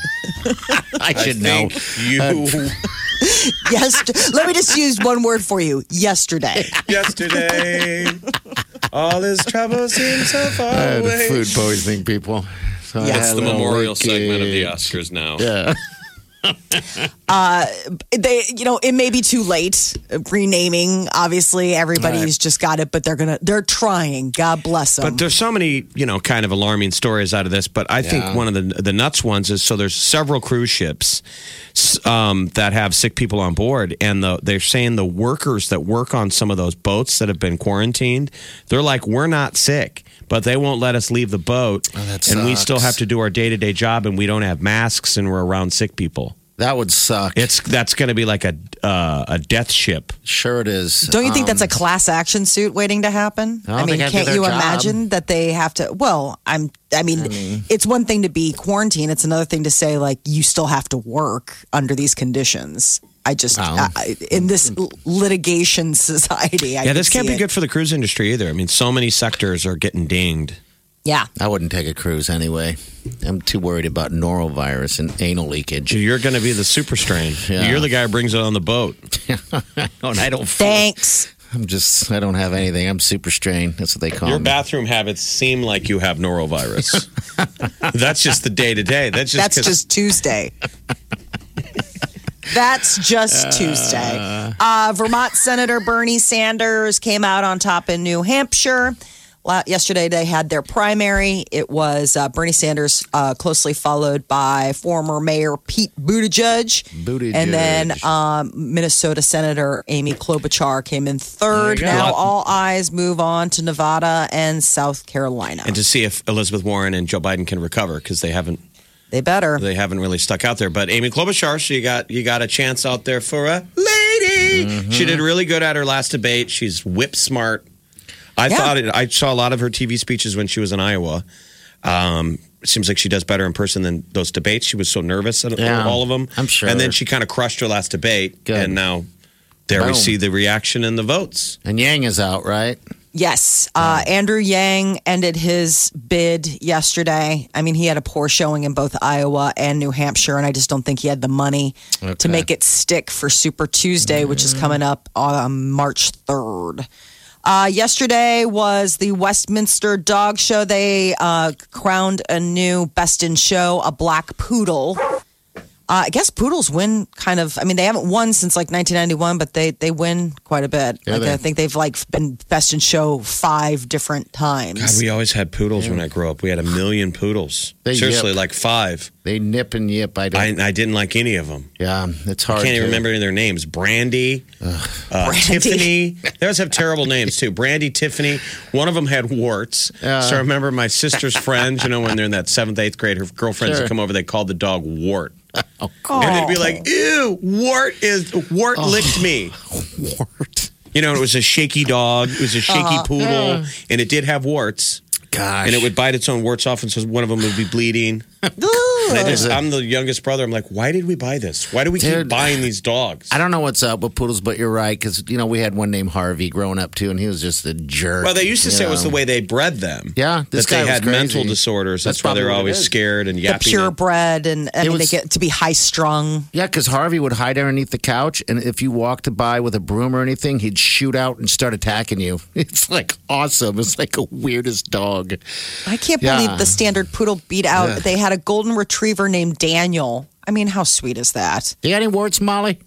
I should know. Uh, You Yes, let me just use one word for you yesterday. yesterday. All his trouble seems so far Uh, the away. food poisoning people. So I That's had the a little memorial leakage. segment of the Oscars now. Yeah. uh, they, you know, it may be too late. Renaming, obviously, everybody's just got it, but they're gonna, they're trying. God bless them. But there's so many, you know, kind of alarming stories out of this. But I think Yeah. one of the the nuts ones is so there's several cruise ships s- um, that have sick people on board, and the, they're saying the workers that work on some of those boats that have been quarantined, they're like, we're not sick, but they won't let us leave the boat, Oh, that and we still have sucks. to do our day to day job, and we don't have masks, and we're around sick people. That would suck. It's that's going to be like a uh, a death ship. Sure, it is. don't you think Um, that's a class action suit waiting to happen? I don't mean, think I'd do can't their you job. imagine that they have to? Well, I'm. I mean, it's one thing to be quarantined; it's another thing to say like you still have to work under these conditions. I just Wow. I, in this l- litigation society. I yeah, this can can't see be it. good for the cruise industry either. I mean, so many sectors are getting dinged. Yeah, I wouldn't take a cruise anyway. I'm too worried about norovirus and anal leakage. You're going to be the super strain. Yeah. You're the Oh, guy who brings it on the boat. and I don't. thanks. I'm just. I don't have anything. I'm super strained. That's what they call Your me. bathroom habits seem like you have norovirus. That's just the day to day. That's just That's 'cause- just Tuesday. That's just Uh, Tuesday. Uh, Vermont Senator Bernie Sanders came out on top in New Hampshire. La- Yesterday, they had their primary. It was uh, Bernie Sanders, uh, closely followed by former Mayor Pete Buttigieg. Buttigieg. And then um, Minnesota Senator Amy Klobuchar came in third. There you go. Now, all eyes move on to Nevada and South Carolina. and to see if Elizabeth Warren and Joe Biden can recover because they haven't They better. they haven't really stuck out there. But Amy Klobuchar, she got you got a chance out there for a lady. Mm-hmm. She did really good at her last debate. She's whip smart. I Yeah. thought it, I saw a lot of her TV speeches when she was in Iowa. Um, seems like she does better in person than those debates. She was so nervous at Yeah, all of them. I'm sure. And then she kind of crushed her last debate. Good. And now there we Boom. see the reaction and the votes. And Yang is out, right? Yes. Uh, Andrew Yang ended his bid yesterday. I mean, he had a poor showing in both Iowa and New Hampshire, and I just don't think he had the money to Okay. make it stick for Super Tuesday, which is coming up on March 3rd. Uh, yesterday was the Westminster Dog Show. They uh, crowned a new best in show, a black poodle. Uh, I guess poodles win kind of. I mean, they haven't won since like 1991, but they they win quite a bit. Yeah, like, they- I think they've like been best in show five different God, times. we always had poodles when I grew up. We had a million poodles. They Seriously, yip. like five. They nip and yip. I don't. I, I didn't like any of them. yeah, it's hard. I can't to, even remember any of their names. Brandy, uh, Tiffany. They always have terrible names too. Brandy, Tiffany. One of them had warts. so I remember my sister's friends. You know, when they're in that seventh, eighth grade, her girlfriends Sure. would come over. They called the dog Wart, and they'd be like, "Ew, Wart is Wart licked me." Wart. You know, it was a shaky dog. It was a shaky poodle, and it did have warts. Gosh. And it would bite its own warts off, and so one of them would be bleeding. And I just, I'm the youngest brother. I'm like, why did we buy this? Why do we keep Dude. buying these dogs? I don't know what's up with poodles, but you're right because you know we had one named Harvey growing up too, and he was just a jerk. Well, they used to you say it was know. the way they bred them. Yeah, this that they guy was had crazy. mental disorders. That's, That's why they're probably what it always is. scared and the yapping. purebred, and I It mean, they was- get to be high strung. Yeah, because Harvey would hide underneath the couch, and if you walked by with a broom or anything, he'd shoot out and start attacking you. It's like awesome. It's like a weirdest dog. I can't Yeah. believe the standard poodle beat out. Yeah. They had a golden retriever named Daniel. I mean, how sweet is that? You got any warts, Molly?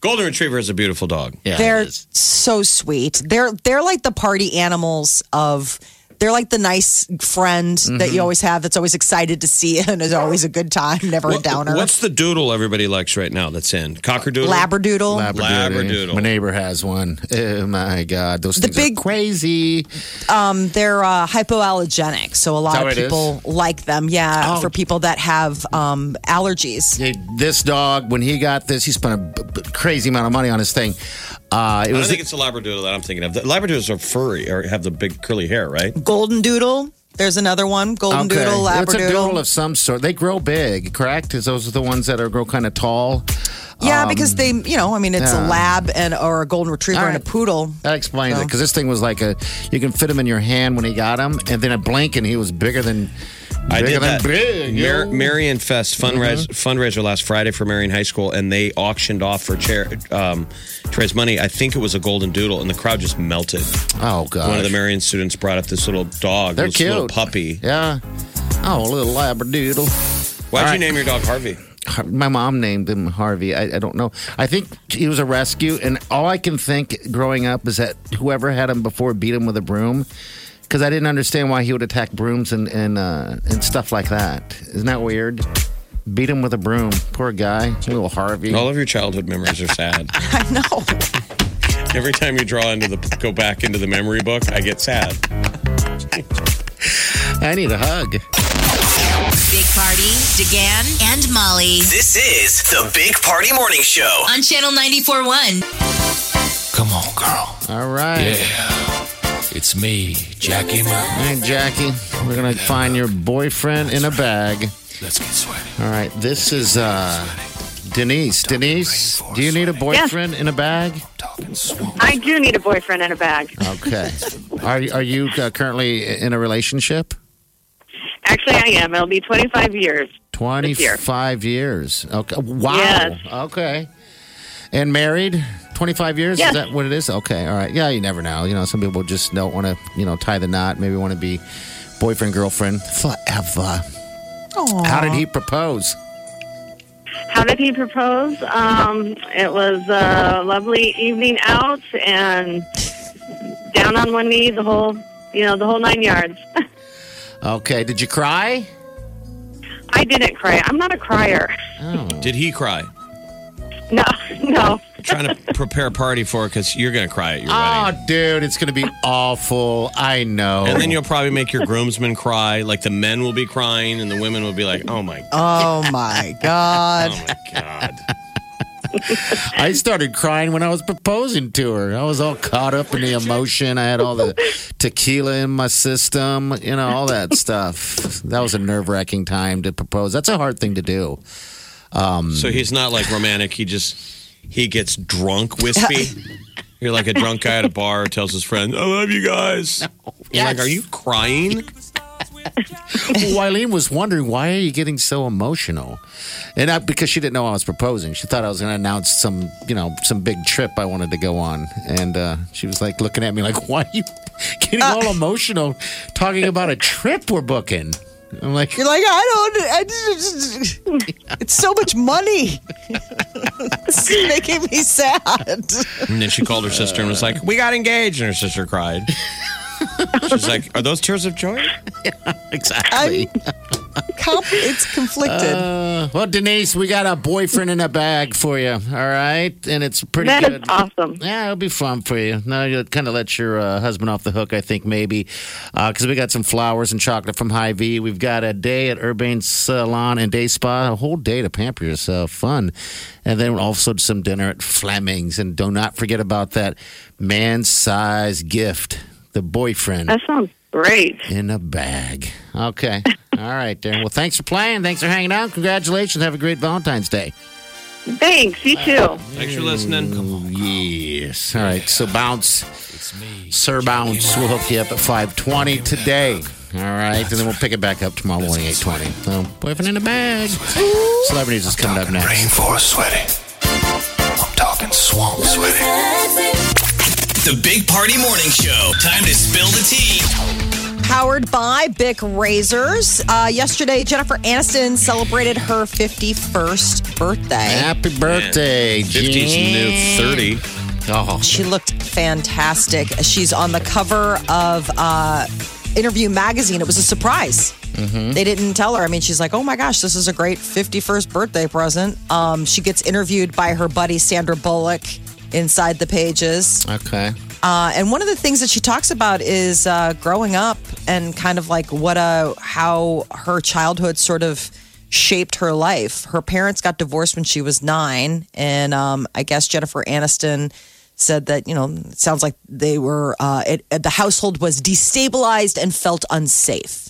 Golden Retriever is a beautiful dog. Yeah. they're so sweet. They're they're like the party animals of. They're like the nice friend that Mm-hmm. you Mhm. always have that's always excited to see you and is always a good time, never a downer. What's the doodle everybody likes right now that's in? Cockerdoodle? Labradoodle. Labradoodle. My neighbor has one. Oh my god, those the things are big crazy. Um, they're uh, hypoallergenic, so a Is that lot what of it is? people like them. Yeah, Oh. for people that have um, allergies. Hey, this dog, when he got this, he spent a b- b- crazy amount of money on his thing. Uh, I it don't was think it's a Labradoodle that I'm thinking of. The Labradoodles are furry or have the big curly hair, right? Golden Doodle. There's another one. Golden Okay. Doodle, It's a doodle Labradoodle. of some sort. They grow big, correct? Is those are the ones that are grow kind of tall? yeah, Um, because they, you know, I mean, it's a yeah. lab and or a golden retriever All and a right. poodle. That explains it. Because this thing was like a, you can fit him in your hand when he got him, and then a blink, and he was bigger than, bigger I did than that big. Mar- yo. Mm-hmm. Marion Fest fundraiser, fundraiser last Friday for Marion High School, and they auctioned off for chair um, to raise money. I think it was a golden doodle, and the crowd just melted. Oh god! One of the Marion students brought up this little dog, They're this little cute. puppy. yeah. Oh, a little labradoodle. Why'd All you right. name your dog Harvey? Har- My mom named him Harvey. I, I don't know. I think he was a rescue, and all I can think growing up is that whoever had him before beat him with a broom, because I didn't understand why he would attack brooms and and uh, and stuff like that. Isn't that weird? Beat him with a broom. Poor guy, little Harvey. All of your childhood memories are sad. I know. Every time you draw into the go back into the memory book, I get sad. I need a hug. Big Party, DeGan, and Molly This is the Big Party Morning Show. on Channel 94.1. Come on, girl. All right. Yeah. It's me, Jackie Murray. All right, Jackie, we're gonna find your boyfriend in a bag. Let's get sweaty. All right, this is uh, Denise. Denise, do you need a boyfriend in a bag? I do need a boyfriend and a bag. Okay. Are are you uh, currently in a relationship? Actually, I am. It'll be 25 years. Twenty five years. Okay. Wow. Yes. Okay. And married? Twenty five years? Yes. Is that what it is? Okay. All right. Yeah. You never know. You know, some people just don't want to. You know, tie the knot. Maybe want to be boyfriend girlfriend forever. How did he propose? How did he propose? Um, it was a lovely evening out and down on one knee, the whole, you know, the whole nine yards. Okay. Did you cry? I didn't cry. I'm not a crier. Did he cry? No, no. Trying to prepare a party for it because you're going to cry at your wedding. Oh, dude, it's gonna be awful. I know. And then you'll probably make your groomsmen cry. Like the men will be crying, and the women will be like, "Oh my Oh my god! oh my god!" I started crying when I was proposing to her. I was all caught up in the emotion. I had all the tequila in my system, you know, all that stuff. That was a nerve wracking time to propose. That's a hard thing to do. Um, So he's not like romantic. He just he gets drunk, wispy. You're like a drunk guy at a bar tells his friend, "I love you guys." You're like, Yes. "Are you crying?" Wileen was wondering why are you getting so emotional, and I, because she didn't know I was proposing, she thought I was going to announce some, you know, some big trip I wanted to go on, and uh, she was like looking at me like, "Why are you getting all emotional talking about a trip we're booking?" I'm like, You're like I don't. I just, it's so much money. this is making me sad. And then she called her sister and was like, "We got engaged," and her sister cried. She's like, "Are those tears of joy?" exactly. Comp- it's conflicted. Uh, well, Denise, we got a boyfriend in a bag for you. All right, and it's pretty That good. is awesome. Yeah, it'll be fun for you. Now you kind of let your uh, husband off the hook, I think maybe, because we got some flowers and chocolate from High V. We've got a day at Urbane Salon and Day Spa, a whole day to pamper yourself, fun, and then also some dinner at Fleming's. And do not forget about that man size gift, the boyfriend That sounds great. in a bag. Okay. All right, Darren. Well, thanks for playing. Thanks for hanging out. Congratulations. Have a great Valentine's Day. Thanks. You too. Thanks for listening. Oh, Yes. All right. So bounce. Sir Bounce. We'll hook you up at 520 today. All right. And then we'll pick it back up tomorrow morning, 820. So, boyfriend in a bag. Celebrities is coming up next. Rainforest sweaty. I'm talking swamp sweaty. The Big Party Morning Show. Time to spill the tea. Powered by Bic Razors. Uh, yesterday, Jennifer Aniston celebrated her 51st birthday. Happy birthday, Man, 50's the new Jen. 30. Oh. She looked fantastic. She's on the cover of uh, Interview Magazine. It was a surprise. Mm-hmm. They didn't tell her. I mean, she's like, oh my gosh, this is a great 51st birthday present. Um, she gets interviewed by her buddy Sandra Bullock inside the pages. Okay. Uh, and one of the things that she talks about is uh, growing up and kind of like what a how her childhood sort of shaped her life. Her parents got divorced when she was nine, and um, I guess Jennifer Aniston said that you know it sounds like they were uh, it, the household was destabilized and felt unsafe.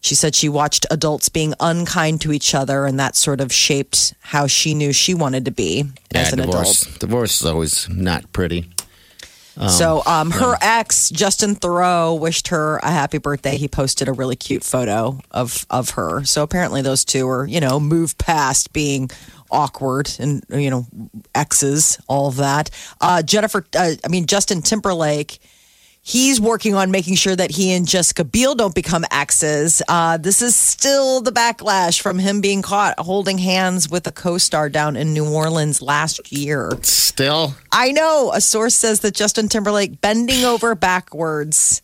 She said she watched adults being unkind to each other, and that sort of shaped how she knew she wanted to be as an adult. divorce. Divorce is always not pretty. Um, so um, her yeah. ex, Justin Thoreau, wished her a happy birthday. He posted a really cute photo of of her. So apparently those two are, you know, moved past being awkward and you know exes, all of that. Uh, Jennifer, uh, I mean Justin Timberlake. He's working on making sure that he and Jessica Biel don't become exes. Uh, this is still the backlash from him being caught holding hands with a co star down in New Orleans last year. still I know a source says that Justin Timberlake bending over backwards,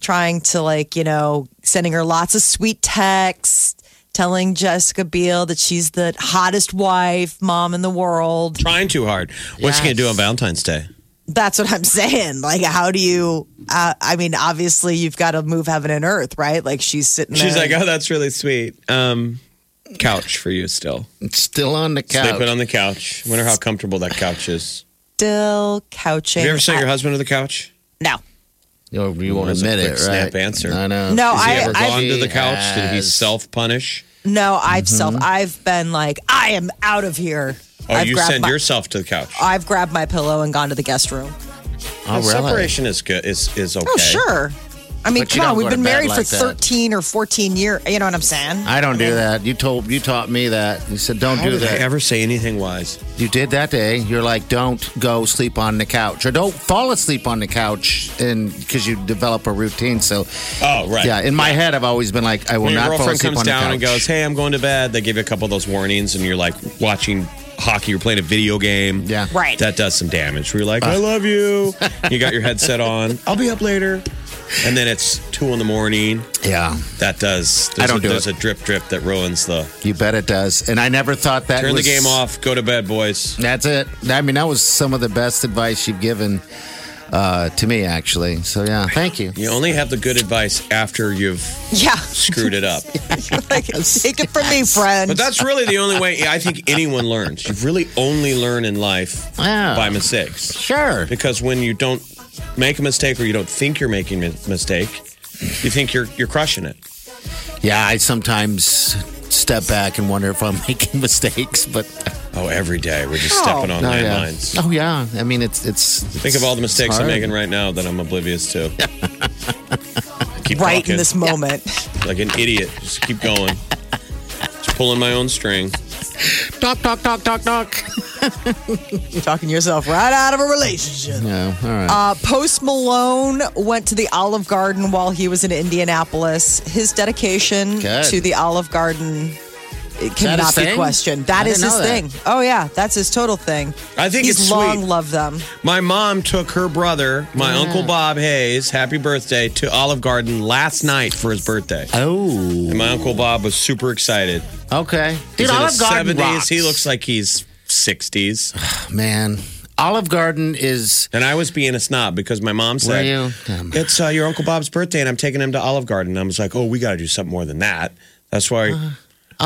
trying to like you know sending her lots of sweet texts, telling Jessica Biel that she's the hottest wife, mom in the world. Trying too hard. What's she going to do Yes. on Valentine's Day? That's what I'm saying. Like, how do you? Uh, I mean, obviously you've got to move heaven and earth, right? Like she's sitting. She's there. like, oh, that's really sweet. Um, couch for you still. It's still on the couch. Sleeping on the couch. Wonder how comfortable that couch is. still couching. Have you ever sent at- your husband to the couch? No. You, you won't That's a admit it, quick right? Snap answer. I know. No, Has he I- ever I- gone to the He couch? Did he has. self punish? No, I've Mm-hmm. self. I've been like, I am out of here. Oh, I've you grabbed send my- yourself to the couch. I've grabbed my pillow and gone to the guest room. Oh, Well, really? Separation is good. Is is okay. Oh, sure. I mean, But you come on, don't we've go to been bed married for like that. 13 or 14 years. You know what I'm saying? I don't do that. You told you taught me that. You said don't How do did I that. ever say anything wise? you did that day. You're like don't go sleep on the couch or don't fall asleep on the couch, and because you develop a routine. So Oh, right. yeah, in my head, I've always been like I will When your not fall girlfriend asleep comes on the couch. down and goes, "Hey, I'm going to bed," they give you a couple of those warnings, and you're like watching hockey, you're playing a video game. yeah, Uh. Right. That does some damage. We're like, "I love you." you got your headset on. I'll be up later. And then it's two in the morning. yeah. That does. I don't a, do There's it. a drip drip that ruins the. You bet it does. And I never thought that Turn was- the game off. Go to bed, boys. That's it. I mean, that was some of the best advice you've given uh, to me, actually. So yeah, thank you. You only have the good advice after you've Yeah. screwed it up. like, take it from me, friend. But that's really the only way I think anyone learns. You really only learn in life Yeah. by mistakes. Sure. Because when you don't make a mistake or you don't think you're making a mistake, you think you're you're crushing it. Yeah, I sometimes step back and wonder if I'm making mistakes, but Oh, every day we're just stepping on oh, yeah. landmines. Oh yeah. I mean, it's it's. Think of all the mistakes I'm making Right. right now that I'm oblivious to. keep right talking in this moment. like an idiot. Just keep going. Just pulling my own string. Talk, talk, talk, talk, talk. You're talking yourself right out of a relationship. Yeah. All right. Uh, Post Malone went to the Olive Garden while he was in Indianapolis. His dedication Good. to the Olive Garden it cannot his be thing? questioned. I That is didn't his know that. thing. Oh, yeah. That's his total thing. I think He's it's long sweet. loved them. My mom took her brother, my uncle Bob Hayes, happy birthday, to Olive Garden last night for his birthday. oh. And my uncle Bob was super excited. Um, Okay. Dude, he's in Olive his Garden 70s. rocks. He looks like he's 60s. man. Olive Garden is. And I was being a snob because my mom said, Were you? Damn. It's uh, your Uncle Bob's birthday, and I'm taking him to Olive Garden. And I was like, Oh, we got to do something more than that. That's why I, Uh-huh.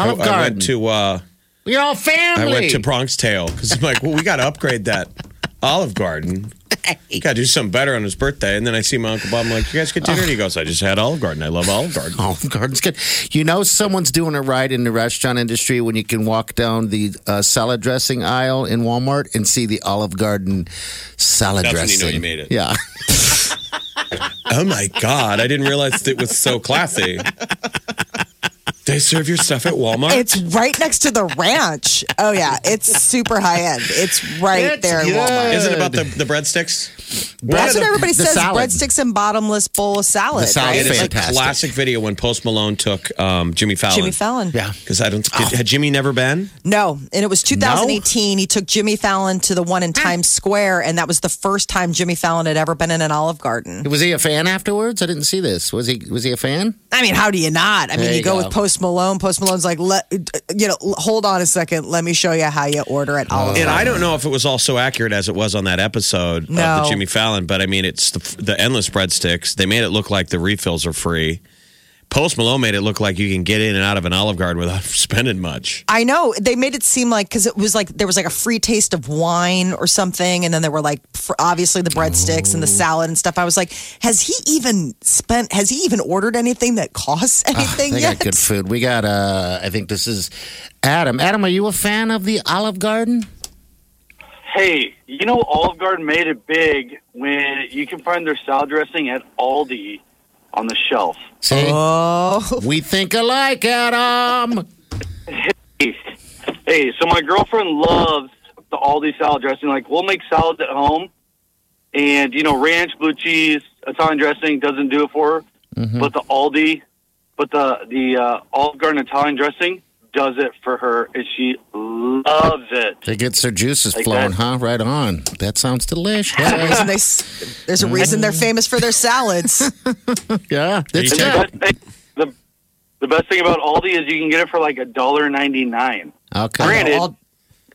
Olive I Garden. went to uh, We're all family. I went to Bronx Tale because I'm like, Well, we got to upgrade that Olive Garden. You got to do something better on his birthday. And then I see my Uncle Bob. I'm like, You guys get dinner? And he goes, I just had Olive Garden. I love Olive Garden. Olive Garden's good. You know, someone's doing it right in the restaurant industry when you can walk down the uh, salad dressing aisle in Walmart and see the Olive Garden salad That's when you dressing. know you made it. Yeah. Oh my God. I didn't realize it was so classy. They serve your stuff at Walmart. It's right next to the ranch. Oh yeah, it's super high end. It's right there. in Walmart. Is it about the, the breadsticks? That's what everybody says: breadsticks and bottomless bowl of salad. right? It is a Like, classic video when Post Malone took um, Jimmy Fallon. Jimmy Fallon. Oh. Yeah, because I don't. Did, had Jimmy never been? No, Ah. and it was 2018. He took Jimmy Fallon to the one in Times Square, and that was the first time Jimmy Fallon had ever been in an Olive Garden. Was he a fan afterwards? I didn't see this. Was he? Was he a fan? I mean, how do you not? I mean, There you, you go, go. with Post Malone. Post Malone's like, let you know, hold on a second, let me show you how you order at Olive. And Garden. I don't know if it was all so accurate as it was on that episode of No. the Jimmy Fallon, but I mean, it's the, the endless breadsticks. They made it look like the refills are free. Post Malone made it look like you can get in and out of an Olive Garden without spending much. I know they made it seem like because it was like there was like a free taste of wine or something, and then there were like fr- obviously the breadsticks and the salad and stuff. I was like, has he even spent? Has he even ordered anything that costs anything They yet? got good food. We got. Uh, I think this is Adam. Adam, are you a fan of the Olive Garden? Hey, you know Olive Garden made it big when you can find their salad dressing at Aldi on the shelf. See? Oh, we think alike, Adam. Hey, so my girlfriend loves the Aldi salad dressing. Like, we'll make salads at home, and you know, ranch, blue cheese, Italian dressing doesn't do it for her. Mm-hmm. But the Aldi, but the the uh, Olive Garden Italian dressing does it for her, and she loves it. It gets their juices Like flowing, that. huh? Right on. That sounds delicious. There's a reason they s- there's a reason they're famous for their salads. yeah, that's And good. the, best thing, the, the best thing about Aldi is you can get it for like a dollar ninety nine. Okay. Granted, All-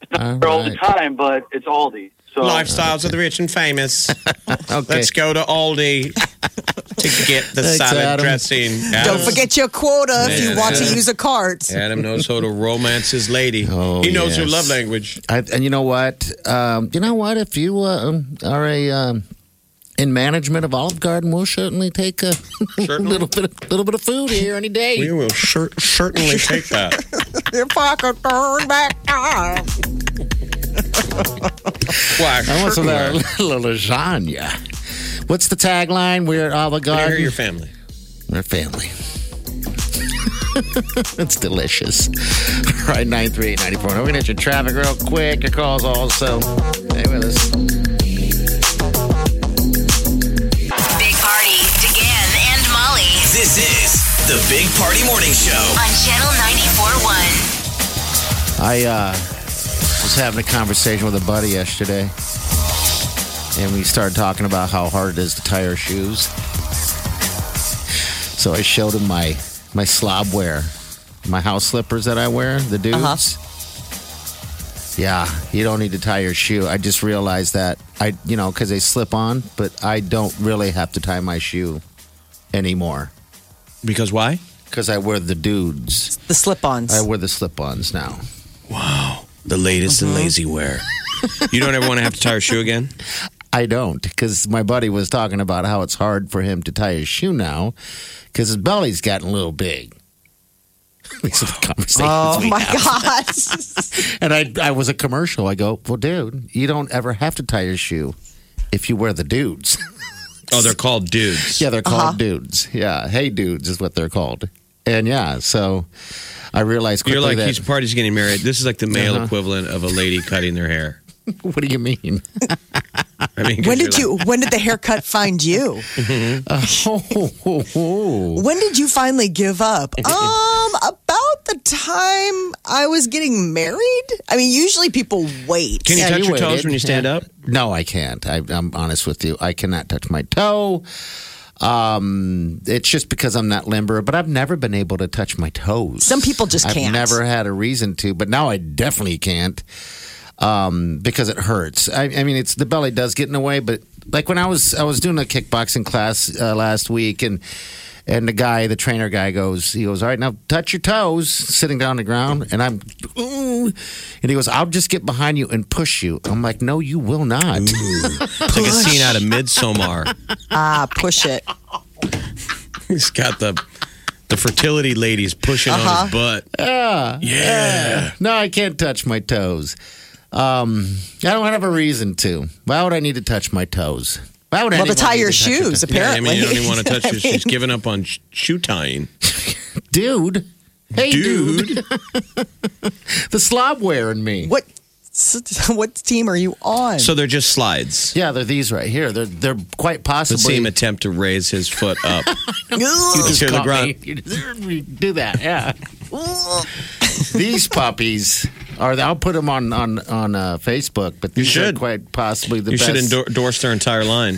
it's not there all the time, but it's Aldi. So Lifestyles of the rich and famous. Let's go to Aldi to get the Thanks, salad Adam. dressing. Don't forget your quota if you Yeah, want to yeah. use a cart. Adam knows how to romance his lady. he knows her Oh, yes. love language. I, and you know what? Um, you know what? If you uh, um, are a um, in management of Olive Garden, we'll certainly take a little bit, of, little bit of food here any day. We will cer- certainly take that. Your pocket turned back on. Why? I want some of that little lasagna. What's the tagline? We're Olive Garden. You're your family. We're family. it's delicious. All right, 938-94. We're going to get your traffic real quick. Your calls also. Stay with us. Big Party, DeGan and Molly This is the Big Party Morning Show. on Channel 94.1. I uh, was having a conversation with a buddy yesterday, and we started talking about how hard it is to tie our shoes. So I showed him my my slob wear, my house slippers that I wear, the dudes. Yeah, you don't need to tie your shoe. I just realized that I, you know, because they slip on, but I don't really have to tie my shoe anymore. Because why? Because I wear the dudes. The slip-ons. I wear the slip-ons now. The latest Uh-huh. in lazy wear. You don't ever want to have to tie your shoe again? I don't, because my buddy was talking about how it's hard for him to tie his shoe now because his belly's gotten a little big. These are the conversations Oh we my have. god! And I, I was a commercial. I go, well, dude, you don't ever have to tie your shoe if you wear the dudes. Oh, they're called dudes. yeah, they're called Uh-huh. dudes. Yeah, hey dudes is what they're called. And yeah, so I realized quickly You're like, that. he's party's getting married. This is like the male Uh-huh. equivalent of a lady cutting their hair. what do you mean? I mean, 'cause When you're did you? When did the haircut find you? Mm-hmm. Oh, When did you finally give up? Um, about the time I was getting married. I mean, usually people wait. Can you touch your toes when you stand up? No, I can't. I, I'm honest with you. I cannot touch my toe. Um, it's just because I'm not limber, but I've never been able to touch my toes. Some people just I've can't. never had a reason to, but now I definitely can't um, because it hurts. I, I mean, it's the belly does get in the way, but like when I was I was doing a kickboxing class uh, last week, and and the guy, the trainer guy, goes, he goes, all right, now touch your toes, sitting down on the ground, and I'm, "Ooh." and he goes, I'll just get behind you and push you. I'm like, no, you will not. It's like a scene out of Midsommar. Ah, push it. He's got the the fertility ladies pushing on Uh-huh. his butt. Yeah. Yeah. No, I can't touch my toes. Um, I don't have a reason to. Why would I need to touch my toes? Why would Well, to anyone tie need your touch shoes, toes? Yeah, I mean, you don't even want to touch I your shoes. She's mean- giving up on sh- shoe tying. dude. Hey, dude. the slobware in me. What? What team are you on? So they're just slides. Yeah, they're these right here. They're they're quite possibly. Let's see him attempt to raise his foot up. you just hear the caught grunt. me. You deserve me to do that. Yeah. these puppies are. I'll put them on on on uh, Facebook. But these should. are quite possibly the you best. should endor- endorse their entire line.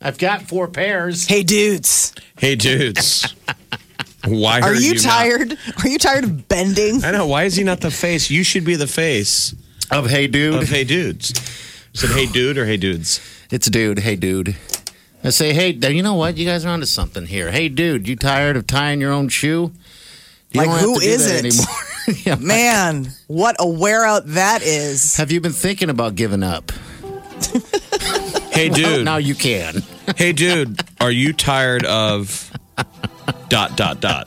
I've got four pairs. Hey, dudes, Hey, dudes. Why are are you, not- tired? Are you tired of bending? I know. Why is he not the face? You should be the face Of hey, dude. of Hey Dudes. Is it Hey Dude or Hey Dudes? It's dude. Hey, dude. I say, hey, th- you know what? You guys are onto something here. Hey, dude, you tired of tying your own shoe? You Like, don't have who to do is that it? anymore. Yeah. Man, what a wear out that is. Have you been thinking about giving up? Hey Well, Dude. now you can. Hey Dude, are you tired of dot dot dot?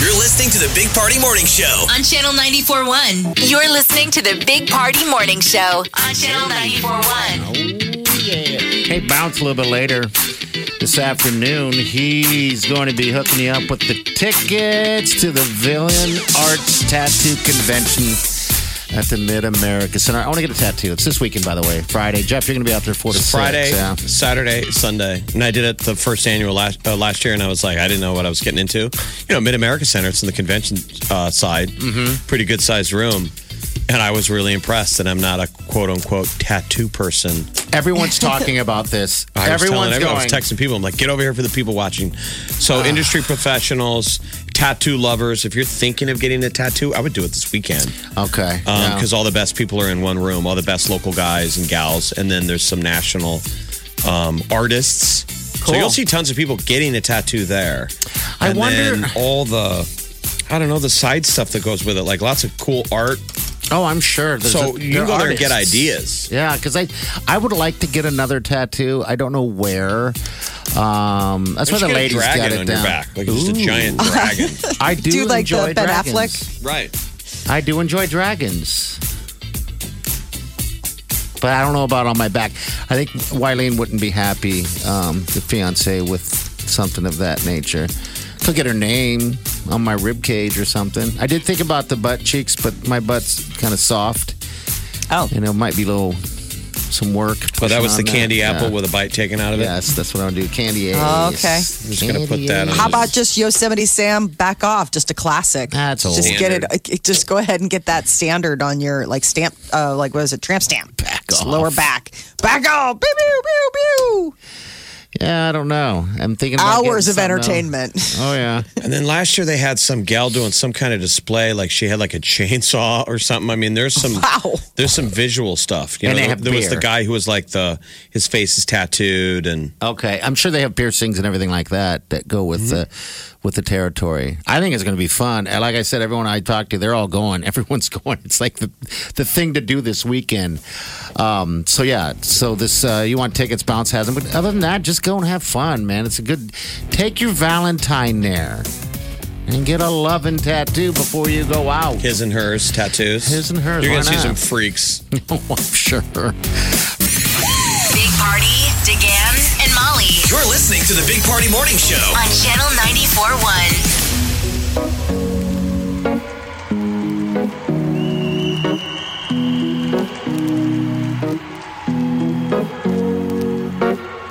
You're listening to the Big Party Morning Show. On Channel 94.1, you're listening to the Big Party Morning Show on Channel 94.1. Oh, yeah. Hey, Bounce a little bit later this afternoon. He's going to be hooking you up with the tickets to the Villain Arts Tattoo Convention at the Mid America Center. I want to get a tattoo. It's this weekend, by the way, Friday. Jeff, you're going to be out there 4 to 6. Friday, Yeah. Saturday, Sunday, and I did it the first annual last uh, last year, and I was like, I didn't know what I was getting into. You know, Mid America Center, it's in the convention uh, side, Mm-hmm. pretty good sized room, and I was really impressed. And I'm not a quote unquote tattoo person. Everyone's talking about this. I was Everyone's telling everyone, going. Ah. I was texting people. I'm like, get over here for the people watching. So, industry professionals, tattoo lovers, if you're thinking of getting a tattoo, I would do it this weekend okay. yeah. because all the best people are in one room, all the best local guys and gals, and then there's some national um, artists. So Cool. you'll see tons of people getting a tattoo there. I And wonder- then all the I don't know the side stuff that goes with it, like lots of cool art. Oh, I'm sure. There's so a- you can go there and get artists. ideas. Yeah, because I I would like to get another tattoo. I don't know where. Um, that's why Just the get a ladies dragon got it on down. your back, like just a Ooh. giant dragon. I do, Do you like enjoy the Ben dragons. Affleck? right. I do enjoy dragons. But I don't know about on my back. I think Wileen wouldn't be happy, um, the fiance, with something of that nature. Could get her name on my rib cage or something. I did think about the butt cheeks, but my butt's kind of soft. Oh. And it might be a little some work. Well, Oh, that pushing was the on candy Yeah. apple with a bite taken out of it. Yes, that's what I would do. Candy Ace. Oh, Okay. I'm just gonna put that on. How about just Yosemite Sam back off? Just a classic. That's old. just Standard. get it. uh, Just go ahead and get that standard on your like stamp. Uh, like what is it? Tramp stamp. Back off. Lower back. Back off. Pew, pew, pew, pew. Yeah, I don't know. I'm thinking about getting uh, Hours of something else. entertainment. Oh yeah. And then last year they had some gal doing some kind of display, like she had like a chainsaw or something. I mean, there's some Wow. there's some visual stuff. You And know, they there, have was the beer. guy who was like the his face is tattooed, and Okay, I'm sure they have piercings and everything like that that go with Mm-hmm. the with the territory. I think it's going to be fun. And like I said, everyone I talked to, they're all going. Everyone's going. It's like the the thing to do this weekend. Um, so yeah, so this uh, you want tickets? Bounce has them. But other than that, just go and have fun, man. It's a good. Take your Valentine there and get a loving tattoo before you go out. his and hers tattoos. His and hers, You're gonna why see some not? freaks. Oh, I'm sure. Big Party, DeGan, and Molly You're listening to the Big Party Morning Show. on Channel 94.1.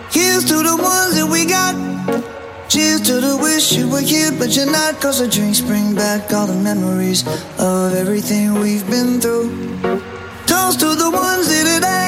Here's to the ones that we got. Cheers to the wish you were here, but you're not. Cause the drinks bring back all the memories of everything we've been through. Toast to the ones here today.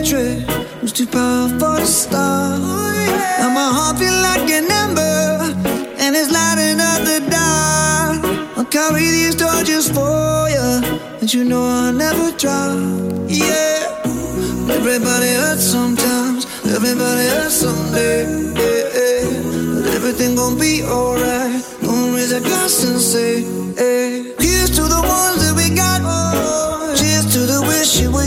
hatred was too powerful to stop. Now my heart feel like an ember, and it's lighting up the dark. I'll carry these torches for you, and you know I'll never drop. Yeah, everybody hurts sometimes, everybody hurts someday. Yeah, yeah. But everything gon' be alright. Gonna raise a glass and say, hey. Here's to the ones that we got. Oh, cheers to the wish you were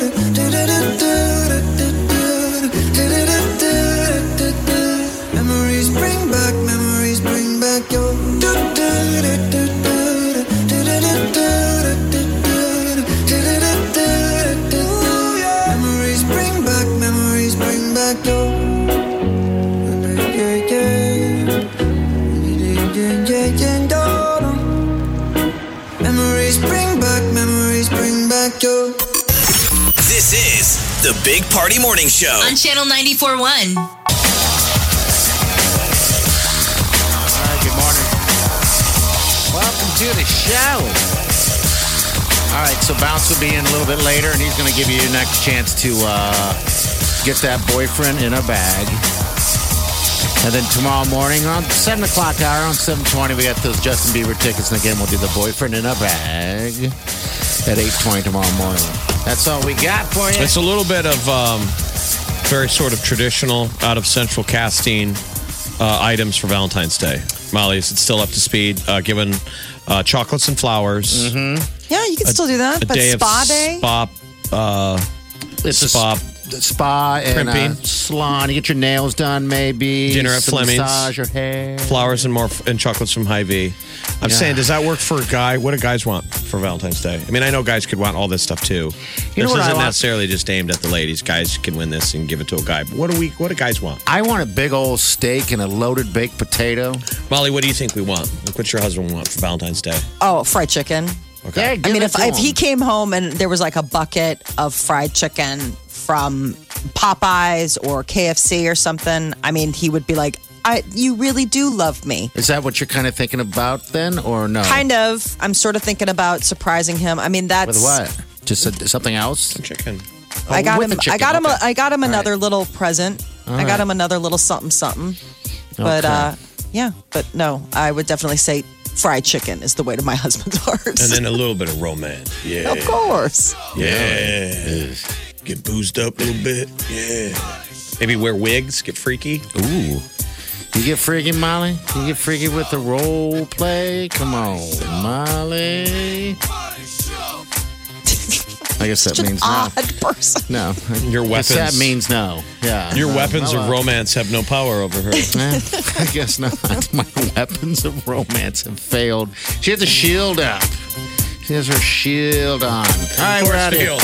do, do, do, do, do, do, do, do, do, do. Memories bring back, memories bring back your. Do, do, do, do, do, do, do, do, do, do, do, do, do, do, do, do. Memories bring back, memories bring back your. Yeah, yeah. Memories bring back, memories bring back your. This is the Big Party Morning Show. On Channel 94.1. Good morning. Welcome to the show. All right, so Bounce will be in a little bit later, and he's going to give you your next chance to uh, get that boyfriend in a bag. And then tomorrow morning on 7 o'clock hour on 720, we got those Justin Bieber tickets. And again, we'll do the boyfriend in a bag at 820 tomorrow morning. That's all we got for you. It's a little bit of um, very sort of traditional, out of central casting uh, items for Valentine's Day. Molly, is it still up to speed? Uh, given uh, chocolates and flowers. Mm-hmm. Yeah, you can still do that. But spa day. Spa. Uh, It's a spa. spa and uh, Crimping. salon. You get your nails done, maybe. Dinner at some Fleming's. Massage your hair. Flowers and more and chocolates from Hy-Vee. I'm Yeah. saying, does that work for a guy? What do guys want for Valentine's Day? I mean, I know guys could want all this stuff too. You know this what I isn't want? necessarily just aimed at the ladies. Guys can win this and give it to a guy. But what do we? What do guys want? I want a big old steak and a loaded baked potato. Molly, what do you think we want? Like, what's your husband want for Valentine's Day? Oh, fried chicken. Okay. I mean, if, if he came home and there was like a bucket of fried chicken from Popeyes or KFC or something, I mean, he would be like, I, you really do love me. Is that what you're kind of thinking about then, or no? Kind of. I'm sort of thinking about surprising him. I mean, that's With what? Oh, Just a, something else? Chicken. I got him. I got him. A, I got him another little present. All I got right. him another little something something. But Okay. uh, yeah, but no, I would definitely say fried chicken is the way to my husband's heart. And then a little bit of romance. Yeah. Of course. Yeah. Get boozed up a little bit. Yeah. Maybe wear wigs, get freaky. Ooh. You get freaky, Molly? You get freaky with the role play? Come on, Molly. I guess that means odd person. no. No. Your I guess weapons. That means no. Yeah. Your No, weapons no, of uh, romance have no power over her. Eh, I guess not. My weapons of romance have failed. She has a shield up. She has her shield on. All right, we're out of here.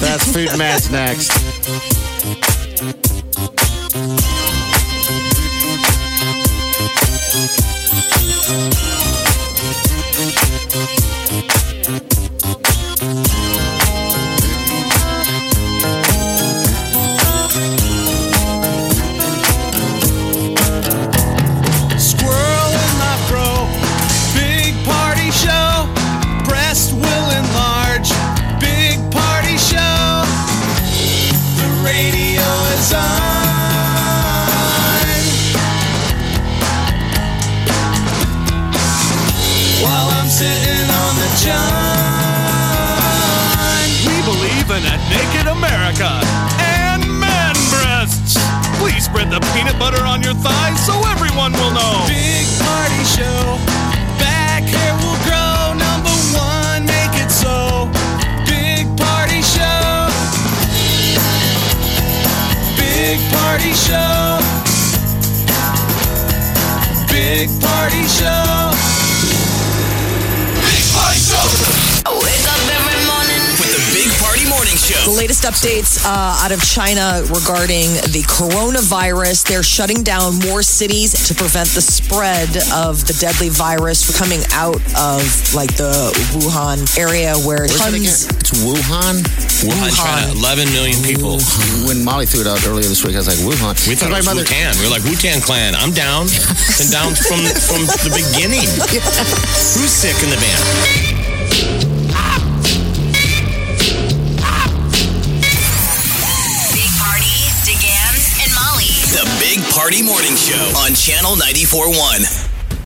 That's Food Matt's next. Squirrel in my fro. Big party show. Breast will enlarge. Big party show. The radio is on. While I'm sitting on the john. We believe in a naked America and man breasts. Please spread the peanut butter on your thighs so everyone will know. Big party show. Back hair will grow. Number one, make it so. Big party show. Big Party Show. Big Party Show. I wake up every morning with the Big Party Morning Show. The latest updates uh, out of China regarding the coronavirus. They're shutting down more cities to prevent the spread of the deadly virus coming out of like the Wuhan area where Where's that tons. again? It's Wuhan. Wuhan, China. 11 million people. When Molly threw it out earlier this week, I was like, Wuhan. We thought it my was mother- Wu-Tan. We were like, Wu-Tan Clan, I'm down. Been down from, from the beginning. Who's sick in the band? Big Party, DeGan, and Molly. The Big Party Morning Show on Channel 94.1.